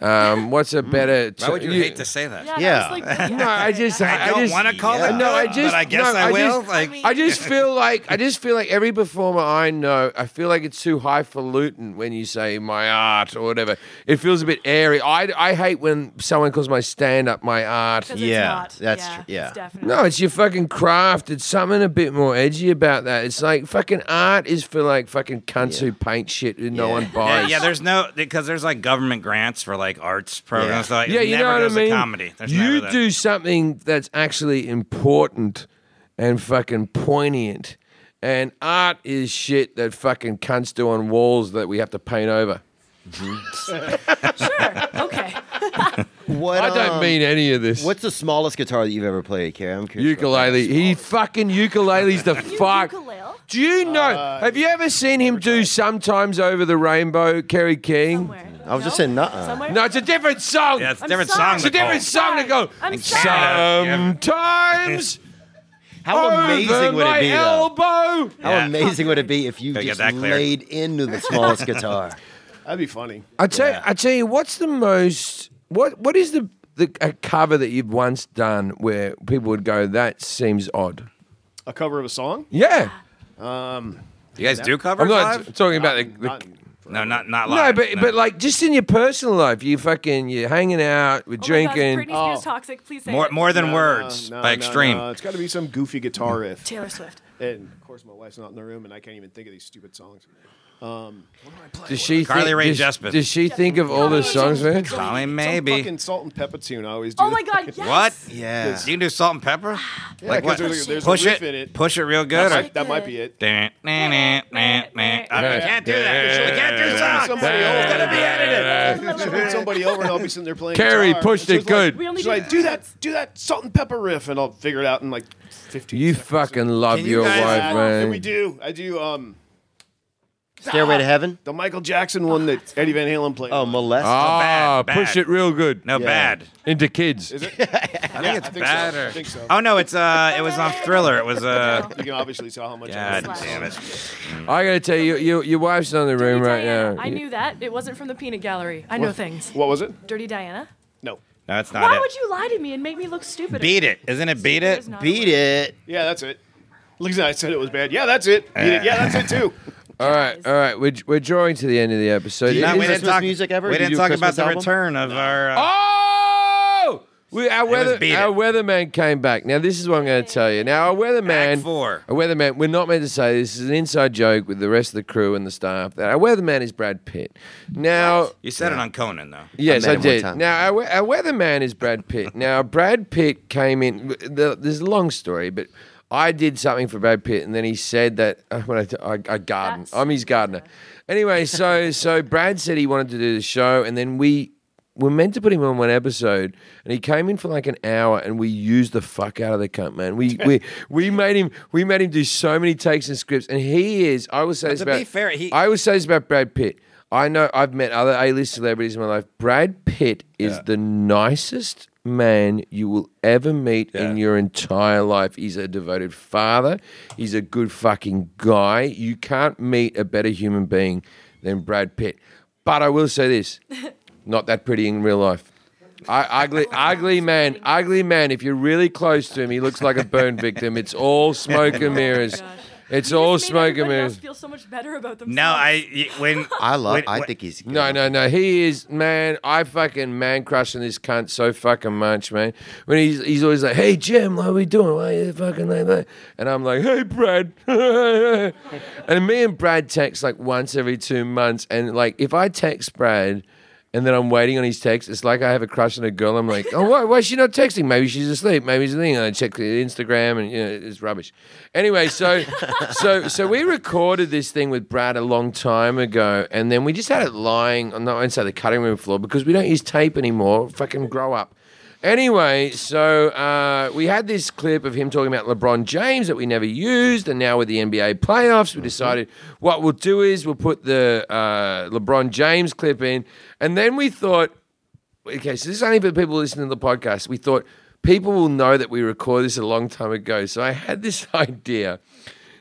[SPEAKER 2] Um, what's a better?
[SPEAKER 3] Mm. Why would you,
[SPEAKER 2] you-
[SPEAKER 3] hate to say that?
[SPEAKER 5] Yeah.
[SPEAKER 4] Yeah.
[SPEAKER 5] That was, like, the-
[SPEAKER 2] no, I just
[SPEAKER 3] I don't
[SPEAKER 2] just-
[SPEAKER 3] want to call it.
[SPEAKER 2] No, I
[SPEAKER 3] good,
[SPEAKER 2] just
[SPEAKER 3] But I guess
[SPEAKER 2] no,
[SPEAKER 3] I, will.
[SPEAKER 2] Just,
[SPEAKER 3] like,
[SPEAKER 5] mean-
[SPEAKER 2] I just feel like I just feel like every performer I know, I feel like it's too highfalutin when you say my art or whatever. It feels a bit airy. I, I hate when someone calls my stand up my art.
[SPEAKER 5] 'cause
[SPEAKER 4] Yeah,
[SPEAKER 5] it's not.
[SPEAKER 4] that's
[SPEAKER 5] yeah,
[SPEAKER 4] tr- yeah.
[SPEAKER 5] It's definitely.
[SPEAKER 2] No, it's your fucking craft. It's something a bit more edgy about that. It's like fucking art is for like fucking cunts who paint shit and no
[SPEAKER 4] Yeah.
[SPEAKER 2] one
[SPEAKER 3] yeah,
[SPEAKER 2] buys.
[SPEAKER 3] yeah, there's no because there's like government grants for like arts programs. So like, it
[SPEAKER 2] yeah, you
[SPEAKER 3] never
[SPEAKER 2] know what
[SPEAKER 3] goes
[SPEAKER 2] I
[SPEAKER 3] to
[SPEAKER 2] mean.
[SPEAKER 3] Comedy. There's never
[SPEAKER 2] you
[SPEAKER 3] that.
[SPEAKER 2] do something that's actually important and fucking poignant, and art is shit that fucking cunts do on walls that we have to paint over.
[SPEAKER 5] Sure. Okay.
[SPEAKER 4] What,
[SPEAKER 2] I don't
[SPEAKER 4] um,
[SPEAKER 2] mean any of this.
[SPEAKER 4] What's the smallest guitar that you've ever played, Kerry? I'm curious. about that.
[SPEAKER 2] ukulele? He fucking ukuleles the fuck.
[SPEAKER 5] Ukulele.
[SPEAKER 2] Do you know?
[SPEAKER 4] Uh,
[SPEAKER 2] have you ever seen him do sometimes over the rainbow, Kerry King?
[SPEAKER 5] Somewhere.
[SPEAKER 4] I was just
[SPEAKER 5] No?
[SPEAKER 4] saying, uh, nuh-uh.
[SPEAKER 5] Somewhere?
[SPEAKER 2] No, it's a different song.
[SPEAKER 3] Yeah, it's a
[SPEAKER 5] I'm
[SPEAKER 3] different
[SPEAKER 5] sorry.
[SPEAKER 3] song.
[SPEAKER 2] it's a
[SPEAKER 3] Nicole.
[SPEAKER 2] different song to go.
[SPEAKER 5] I'm sorry.
[SPEAKER 3] Canada.
[SPEAKER 2] Sometimes
[SPEAKER 4] How
[SPEAKER 2] over
[SPEAKER 4] amazing would
[SPEAKER 2] my
[SPEAKER 4] it be? though?
[SPEAKER 2] elbow.
[SPEAKER 4] How
[SPEAKER 3] Yeah.
[SPEAKER 4] amazing would it be if you
[SPEAKER 3] Gotta get
[SPEAKER 4] just
[SPEAKER 3] that clear.
[SPEAKER 4] laid into the smallest guitar?
[SPEAKER 6] That'd be funny.
[SPEAKER 2] I tell I tell you, what's the most what what is the the a cover that you've once done where people would go that seems odd?
[SPEAKER 6] A cover of a song?
[SPEAKER 2] Yeah,
[SPEAKER 3] You guys do covers
[SPEAKER 2] I'm not
[SPEAKER 3] live?
[SPEAKER 2] talking about the, the
[SPEAKER 6] Not-
[SPEAKER 3] No, not not
[SPEAKER 2] no,
[SPEAKER 3] live.
[SPEAKER 2] but but like just in your personal life, you fucking you're hanging out, we're
[SPEAKER 5] Oh my God,
[SPEAKER 2] drinking.
[SPEAKER 5] Britney Spears toxic. Please say
[SPEAKER 3] more
[SPEAKER 5] it.
[SPEAKER 3] more than
[SPEAKER 6] no,
[SPEAKER 3] words
[SPEAKER 6] no,
[SPEAKER 3] by
[SPEAKER 6] no,
[SPEAKER 3] extreme.
[SPEAKER 6] no. It's got to be some goofy guitar riff.
[SPEAKER 5] Taylor Swift.
[SPEAKER 6] And of course, my wife's not in the room, and I can't even think of these stupid songs. Um, what do I play?
[SPEAKER 2] does she
[SPEAKER 3] Carly
[SPEAKER 2] think,
[SPEAKER 3] Rae
[SPEAKER 2] does,
[SPEAKER 3] Jepsen.
[SPEAKER 2] does she think of all the songs, man?
[SPEAKER 3] Call him
[SPEAKER 6] Some
[SPEAKER 3] maybe.
[SPEAKER 6] fucking salt and pepper tune. I always do.
[SPEAKER 5] Oh my God. Yes.
[SPEAKER 3] What?
[SPEAKER 4] yeah.
[SPEAKER 3] You can do salt and pepper? like what?
[SPEAKER 6] 'cause there's a- there's a
[SPEAKER 3] push
[SPEAKER 6] riff
[SPEAKER 3] it,
[SPEAKER 6] in it.
[SPEAKER 3] Push it real
[SPEAKER 6] That
[SPEAKER 3] good. or-
[SPEAKER 6] might, that might be it.
[SPEAKER 3] Nah, nah, nah, nah, nah. I mean, you can't do that. You can't do songs.
[SPEAKER 6] Somebody
[SPEAKER 3] It's
[SPEAKER 6] over.
[SPEAKER 3] gonna be edited.
[SPEAKER 6] She'll bring somebody over, and I'll be sitting there playing.
[SPEAKER 2] Carrie
[SPEAKER 6] guitar,
[SPEAKER 2] pushed
[SPEAKER 6] and
[SPEAKER 2] it
[SPEAKER 6] she's like-
[SPEAKER 2] good.
[SPEAKER 5] We only
[SPEAKER 6] she's
[SPEAKER 5] do
[SPEAKER 6] like,
[SPEAKER 5] that.
[SPEAKER 6] do that, do that salt and pepper riff, and I'll figure it out in like 15.
[SPEAKER 2] You
[SPEAKER 6] seconds.
[SPEAKER 2] fucking love
[SPEAKER 3] Can you
[SPEAKER 2] your
[SPEAKER 3] guys-
[SPEAKER 2] wife,
[SPEAKER 6] And
[SPEAKER 2] man.
[SPEAKER 6] we do. I do um
[SPEAKER 4] Stairway to Heaven?
[SPEAKER 6] the Michael Jackson one that Eddie Van Halen played.
[SPEAKER 4] Oh, Molest?
[SPEAKER 2] Ah,
[SPEAKER 3] bad, bad.
[SPEAKER 2] push it real good
[SPEAKER 3] No, bad.
[SPEAKER 2] into kids.
[SPEAKER 6] is it? I think
[SPEAKER 3] it's
[SPEAKER 6] so.
[SPEAKER 3] better.
[SPEAKER 6] I think so.
[SPEAKER 3] Oh no, it's uh, it was on Thriller. It was uh,
[SPEAKER 6] You can obviously tell how much. I
[SPEAKER 3] God
[SPEAKER 6] love it.
[SPEAKER 3] damn it.
[SPEAKER 2] I gotta tell you, your your wife's not in the room
[SPEAKER 5] Dirty
[SPEAKER 2] right
[SPEAKER 5] Diana.
[SPEAKER 2] now.
[SPEAKER 5] I knew that. It wasn't from the peanut gallery. I know things.
[SPEAKER 6] What was it?
[SPEAKER 5] Dirty Diana.
[SPEAKER 6] No.
[SPEAKER 3] No, it's not
[SPEAKER 5] Why
[SPEAKER 3] it.
[SPEAKER 5] would you lie to me and make me look stupid?
[SPEAKER 3] Beat it, isn't it? Beat it.
[SPEAKER 5] There's not a
[SPEAKER 4] Beat
[SPEAKER 5] word.
[SPEAKER 4] it.
[SPEAKER 3] Eh.
[SPEAKER 6] Yeah, that's it. Look, I said it was bad. Yeah, that's it. Beat it. Yeah, that's it too.
[SPEAKER 2] All right,
[SPEAKER 5] guys.
[SPEAKER 2] all right. We're, we're drawing to the end of the episode.
[SPEAKER 4] Do you
[SPEAKER 2] It
[SPEAKER 4] know
[SPEAKER 2] is
[SPEAKER 4] when
[SPEAKER 2] a-
[SPEAKER 4] Christmas music ever?
[SPEAKER 3] We
[SPEAKER 4] Did
[SPEAKER 3] didn't
[SPEAKER 4] you do
[SPEAKER 3] talk
[SPEAKER 4] a
[SPEAKER 3] about
[SPEAKER 4] Christmas
[SPEAKER 3] the
[SPEAKER 4] album?
[SPEAKER 3] return of our. Uh,
[SPEAKER 2] Oh! We, our weather,
[SPEAKER 3] beat
[SPEAKER 2] our
[SPEAKER 3] it.
[SPEAKER 2] weatherman came back. Now this is what I'm going to tell you. Now our weatherman,
[SPEAKER 3] Act four.
[SPEAKER 2] our weatherman. We're not meant to say this. is an inside joke with the rest of the crew and the staff. That our weatherman is Brad Pitt. Now,
[SPEAKER 3] You said it on Conan though.
[SPEAKER 2] yes,
[SPEAKER 4] met
[SPEAKER 2] I
[SPEAKER 4] him one
[SPEAKER 2] did.
[SPEAKER 4] time.
[SPEAKER 2] Now our, we- our weatherman is Brad Pitt. now Brad Pitt came in. The, there's a long story, but I did something for Brad Pitt, and then he said that when I, I, I garden.
[SPEAKER 5] That's-
[SPEAKER 2] I'm his gardener. Anyway, so so Brad said he wanted to do the show, and then we were meant to put him on one episode, and he came in for like an hour, and we used the fuck out of the cunt, man. We we we made him we made him do so many takes and scripts, and he is. I will say this
[SPEAKER 3] to
[SPEAKER 2] about
[SPEAKER 3] be fair, he-
[SPEAKER 2] I will say this about Brad Pitt. I know I've met other A-list celebrities in my life. Brad Pitt is the nicest man you will ever meet in your entire life. He's a devoted father. He's a good fucking guy. You can't meet a better human being than Brad Pitt. But I will say this: not that pretty in real life. I, ugly, ugly man, ugly man. If you're really close to him, he looks like a burn victim. It's all smoke and mirrors.
[SPEAKER 5] Oh gosh.
[SPEAKER 2] It's
[SPEAKER 5] This
[SPEAKER 2] all
[SPEAKER 5] made
[SPEAKER 2] smoke and
[SPEAKER 5] everybody else
[SPEAKER 2] mirrors.
[SPEAKER 5] feel so much better about themselves.
[SPEAKER 3] No, I y- when
[SPEAKER 4] I love.
[SPEAKER 3] when-
[SPEAKER 4] I
[SPEAKER 3] when-
[SPEAKER 4] think he's good.
[SPEAKER 2] No, no, no. He is man. I fucking man crushing this cunt so fucking much, man. When he's he's always like, "Hey Jim, what are we doing? Why are you fucking like that?" And I'm like, "Hey Brad." and me and Brad text like once every two months, and like if I text Brad. And then I'm waiting on his text. It's like I have a crush on a girl. I'm like, oh, why, why is she not texting? Maybe she's asleep. Maybe she's thinking. I check the Instagram, and you know, it's rubbish. Anyway, so, so, so we recorded this thing with Brad a long time ago, and then we just had it lying on the, I'd say the cutting room floor because we don't use tape anymore. Fucking grow up. Anyway, so uh, we had this clip of him talking about LeBron James that we never used, and now with the NBA playoffs, we decided what we'll do is we'll put the uh, LeBron James clip in, and then we thought, okay, so this is only for people listening to the podcast. We thought people will know that we recorded this a long time ago, so I had this idea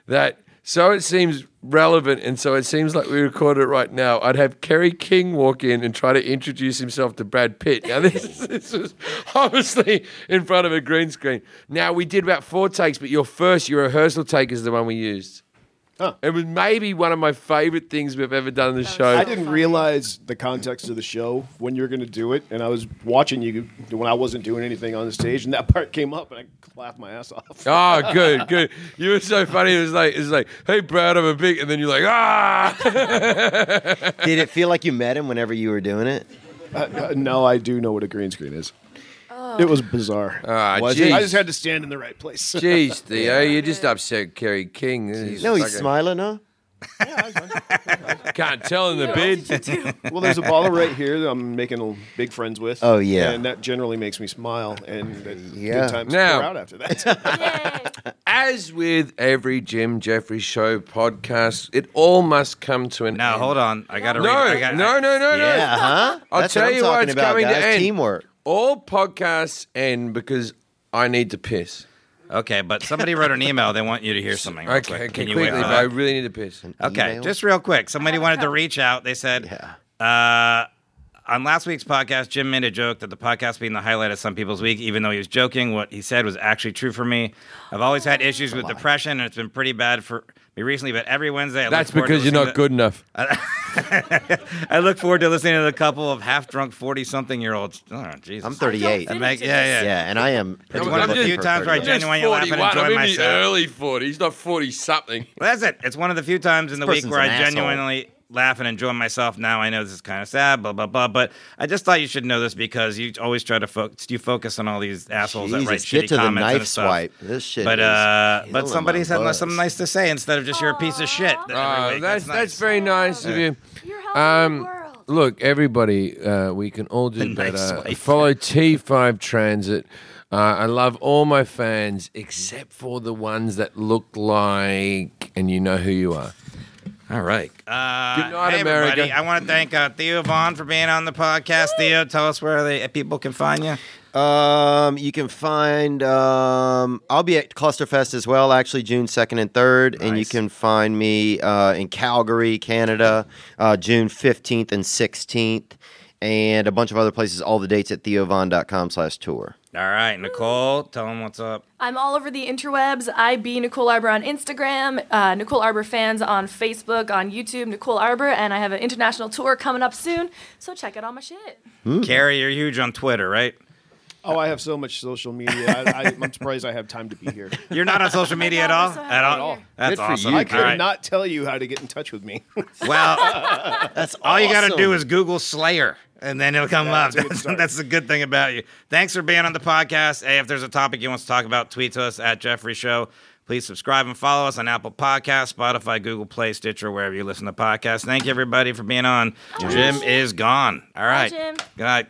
[SPEAKER 2] that so it seems relevant and so it seems like we recorded it right now. I'd have Kerry King walk in and try to introduce himself to Brad Pitt. Now this, this was obviously in front of a green screen. Now we did about four takes, but your first, your rehearsal take is the one we used.
[SPEAKER 6] Huh.
[SPEAKER 2] It was maybe one of my favorite things we've ever done in the show.
[SPEAKER 6] I didn't realize the context of the show when you were going to do it, and I was watching you when I wasn't doing anything on the stage, and that part came up, and I laughed my ass off.
[SPEAKER 2] Oh, good, good. You were so funny. It was like, it was like, hey, Brad, I'm a big, and then you're like, ah.
[SPEAKER 4] Did it feel like you met him whenever you were doing it?
[SPEAKER 6] Uh, no, I do know what a green screen is. It was bizarre.
[SPEAKER 2] Ah,
[SPEAKER 4] Was
[SPEAKER 2] jeez.
[SPEAKER 4] it?
[SPEAKER 6] I just had to stand in the right place.
[SPEAKER 2] Jeez, Theo, you're just upset, Kerry King. This
[SPEAKER 4] No,
[SPEAKER 2] is
[SPEAKER 4] he's
[SPEAKER 2] fucking-
[SPEAKER 4] smiling, huh?
[SPEAKER 2] Can't tell in the
[SPEAKER 5] What
[SPEAKER 2] bid.
[SPEAKER 5] else did you do?
[SPEAKER 6] well, there's a baller right here that I'm making big friends with.
[SPEAKER 4] Oh, yeah.
[SPEAKER 6] and that generally makes me smile, and uh,
[SPEAKER 4] Yeah.
[SPEAKER 6] good times
[SPEAKER 2] Now-
[SPEAKER 6] pour out after that.
[SPEAKER 5] Yay.
[SPEAKER 2] As with every Jim Jeffrey Show podcast, it all must come to an
[SPEAKER 3] now
[SPEAKER 2] end.
[SPEAKER 3] hold on, I gotta
[SPEAKER 2] No,
[SPEAKER 3] read. I gotta,
[SPEAKER 2] no, no, no, no.
[SPEAKER 4] Yeah, huh?
[SPEAKER 2] I'll
[SPEAKER 4] That's
[SPEAKER 2] tell
[SPEAKER 4] what I'm
[SPEAKER 2] you why
[SPEAKER 4] talking
[SPEAKER 2] it's
[SPEAKER 4] about,
[SPEAKER 2] coming to
[SPEAKER 4] guys.
[SPEAKER 2] end.
[SPEAKER 4] Teamwork.
[SPEAKER 2] All podcasts end because I need to piss.
[SPEAKER 3] Okay, but somebody wrote an email. They want you to hear something. real
[SPEAKER 2] Okay,
[SPEAKER 3] quick.
[SPEAKER 2] okay
[SPEAKER 3] Can you
[SPEAKER 2] quickly,
[SPEAKER 3] wait for
[SPEAKER 2] but
[SPEAKER 3] that?
[SPEAKER 2] I really need to piss.
[SPEAKER 3] Okay,
[SPEAKER 4] Email?
[SPEAKER 3] just real quick. Somebody wanted to reach out. They said, uh, on last week's podcast, Jim made a joke that the podcast being the highlight of some people's week, even though he was joking, what he said was actually true for me. I've always
[SPEAKER 2] Oh,
[SPEAKER 3] had issues with depression, and it's been pretty bad for me recently, but every Wednesday, I
[SPEAKER 2] That's
[SPEAKER 3] look forward to
[SPEAKER 2] because you're
[SPEAKER 3] listening
[SPEAKER 2] not
[SPEAKER 3] to-
[SPEAKER 2] good enough.
[SPEAKER 3] I look forward to listening to the couple of half drunk 40 something year olds. Oh, Jesus.
[SPEAKER 4] I'm 38.
[SPEAKER 5] I don't
[SPEAKER 3] Like,
[SPEAKER 5] finish
[SPEAKER 3] yeah,
[SPEAKER 5] it.
[SPEAKER 3] yeah.
[SPEAKER 4] Yeah, and I am.
[SPEAKER 3] It's
[SPEAKER 4] pretty
[SPEAKER 3] one of
[SPEAKER 4] good
[SPEAKER 3] the few
[SPEAKER 4] looking for
[SPEAKER 3] times where I
[SPEAKER 4] 38.
[SPEAKER 3] Just genuinely laugh and 41. enjoy I'm in the myself.
[SPEAKER 2] early 40s, not 40 something.
[SPEAKER 3] Well, that's it. It's one of the few times in the week
[SPEAKER 4] person's
[SPEAKER 3] where I
[SPEAKER 4] an asshole.
[SPEAKER 3] genuinely laugh and enjoy myself. Now I know this is kind of sad, blah blah blah. But I just thought you should know this because you always try to focus. You focus on all these assholes that write
[SPEAKER 4] Jesus,
[SPEAKER 3] shitty
[SPEAKER 4] get to the
[SPEAKER 3] comments
[SPEAKER 4] knife
[SPEAKER 3] and stuff.
[SPEAKER 4] swipe. This shit.
[SPEAKER 3] But
[SPEAKER 4] is
[SPEAKER 3] uh,
[SPEAKER 4] killing
[SPEAKER 3] but somebody
[SPEAKER 4] my
[SPEAKER 3] said
[SPEAKER 4] buzz.
[SPEAKER 3] something nice to say instead of just you're a piece of shit. every
[SPEAKER 2] Oh,
[SPEAKER 3] week.
[SPEAKER 2] that's, that's,
[SPEAKER 3] nice.
[SPEAKER 2] very nice of you.
[SPEAKER 5] You're helping the
[SPEAKER 2] Um,
[SPEAKER 5] world.
[SPEAKER 2] look, everybody, uh, we can all do
[SPEAKER 3] nice
[SPEAKER 2] better.
[SPEAKER 3] wife.
[SPEAKER 2] Follow T5 Transit. Uh, I love all my fans except for the ones that look like, and you know who you are.
[SPEAKER 3] All right. Uh,
[SPEAKER 2] Good night,
[SPEAKER 3] hey, everybody.
[SPEAKER 2] America.
[SPEAKER 3] I want to thank uh, Theo Vaughn for being on the podcast. Theo, tell us where the people can find you.
[SPEAKER 4] Um, you can find. Um, I'll be at Clusterfest as well, actually, June second and third, and you
[SPEAKER 3] Nice.
[SPEAKER 4] can find me uh, in Calgary, Canada, uh, June fifteenth and sixteenth. and a bunch of other places. All the dates at theovon.com slash tour.
[SPEAKER 3] All right, Nicole, tell them what's up.
[SPEAKER 5] I'm all over the interwebs. I be Nicole Arbor on Instagram, uh, Nicole Arbor fans on Facebook, on YouTube, Nicole Arbor, and I have an international tour coming up soon. So check out all my shit.
[SPEAKER 3] Carrie, you're huge on Twitter, right?
[SPEAKER 6] Oh, I have so much social media. I, I, I'm surprised I have time to be here.
[SPEAKER 3] You're not on social media at
[SPEAKER 5] know,
[SPEAKER 3] all?
[SPEAKER 5] I'm so happy
[SPEAKER 3] At
[SPEAKER 5] to
[SPEAKER 3] all?
[SPEAKER 5] hear.
[SPEAKER 3] That's
[SPEAKER 2] Good for
[SPEAKER 3] awesome.
[SPEAKER 2] you,
[SPEAKER 6] I
[SPEAKER 2] All
[SPEAKER 6] could
[SPEAKER 3] All right.
[SPEAKER 6] not tell you how to get in touch with me.
[SPEAKER 3] Well,
[SPEAKER 4] That's
[SPEAKER 3] all you got to do is Google Slayer, and then it'll come up.
[SPEAKER 6] that's a good
[SPEAKER 3] That's,
[SPEAKER 6] start.
[SPEAKER 3] that's the good thing about you. Thanks for being on the podcast. Hey, if there's a topic you want us to talk about, tweet to us at Jeffrey Show. Please subscribe and follow us on Apple Podcasts, Spotify, Google Play, Stitcher, wherever you listen to podcasts. Thank you, everybody, for being on. Jim is gone. All right.
[SPEAKER 5] Jim.
[SPEAKER 3] Good night.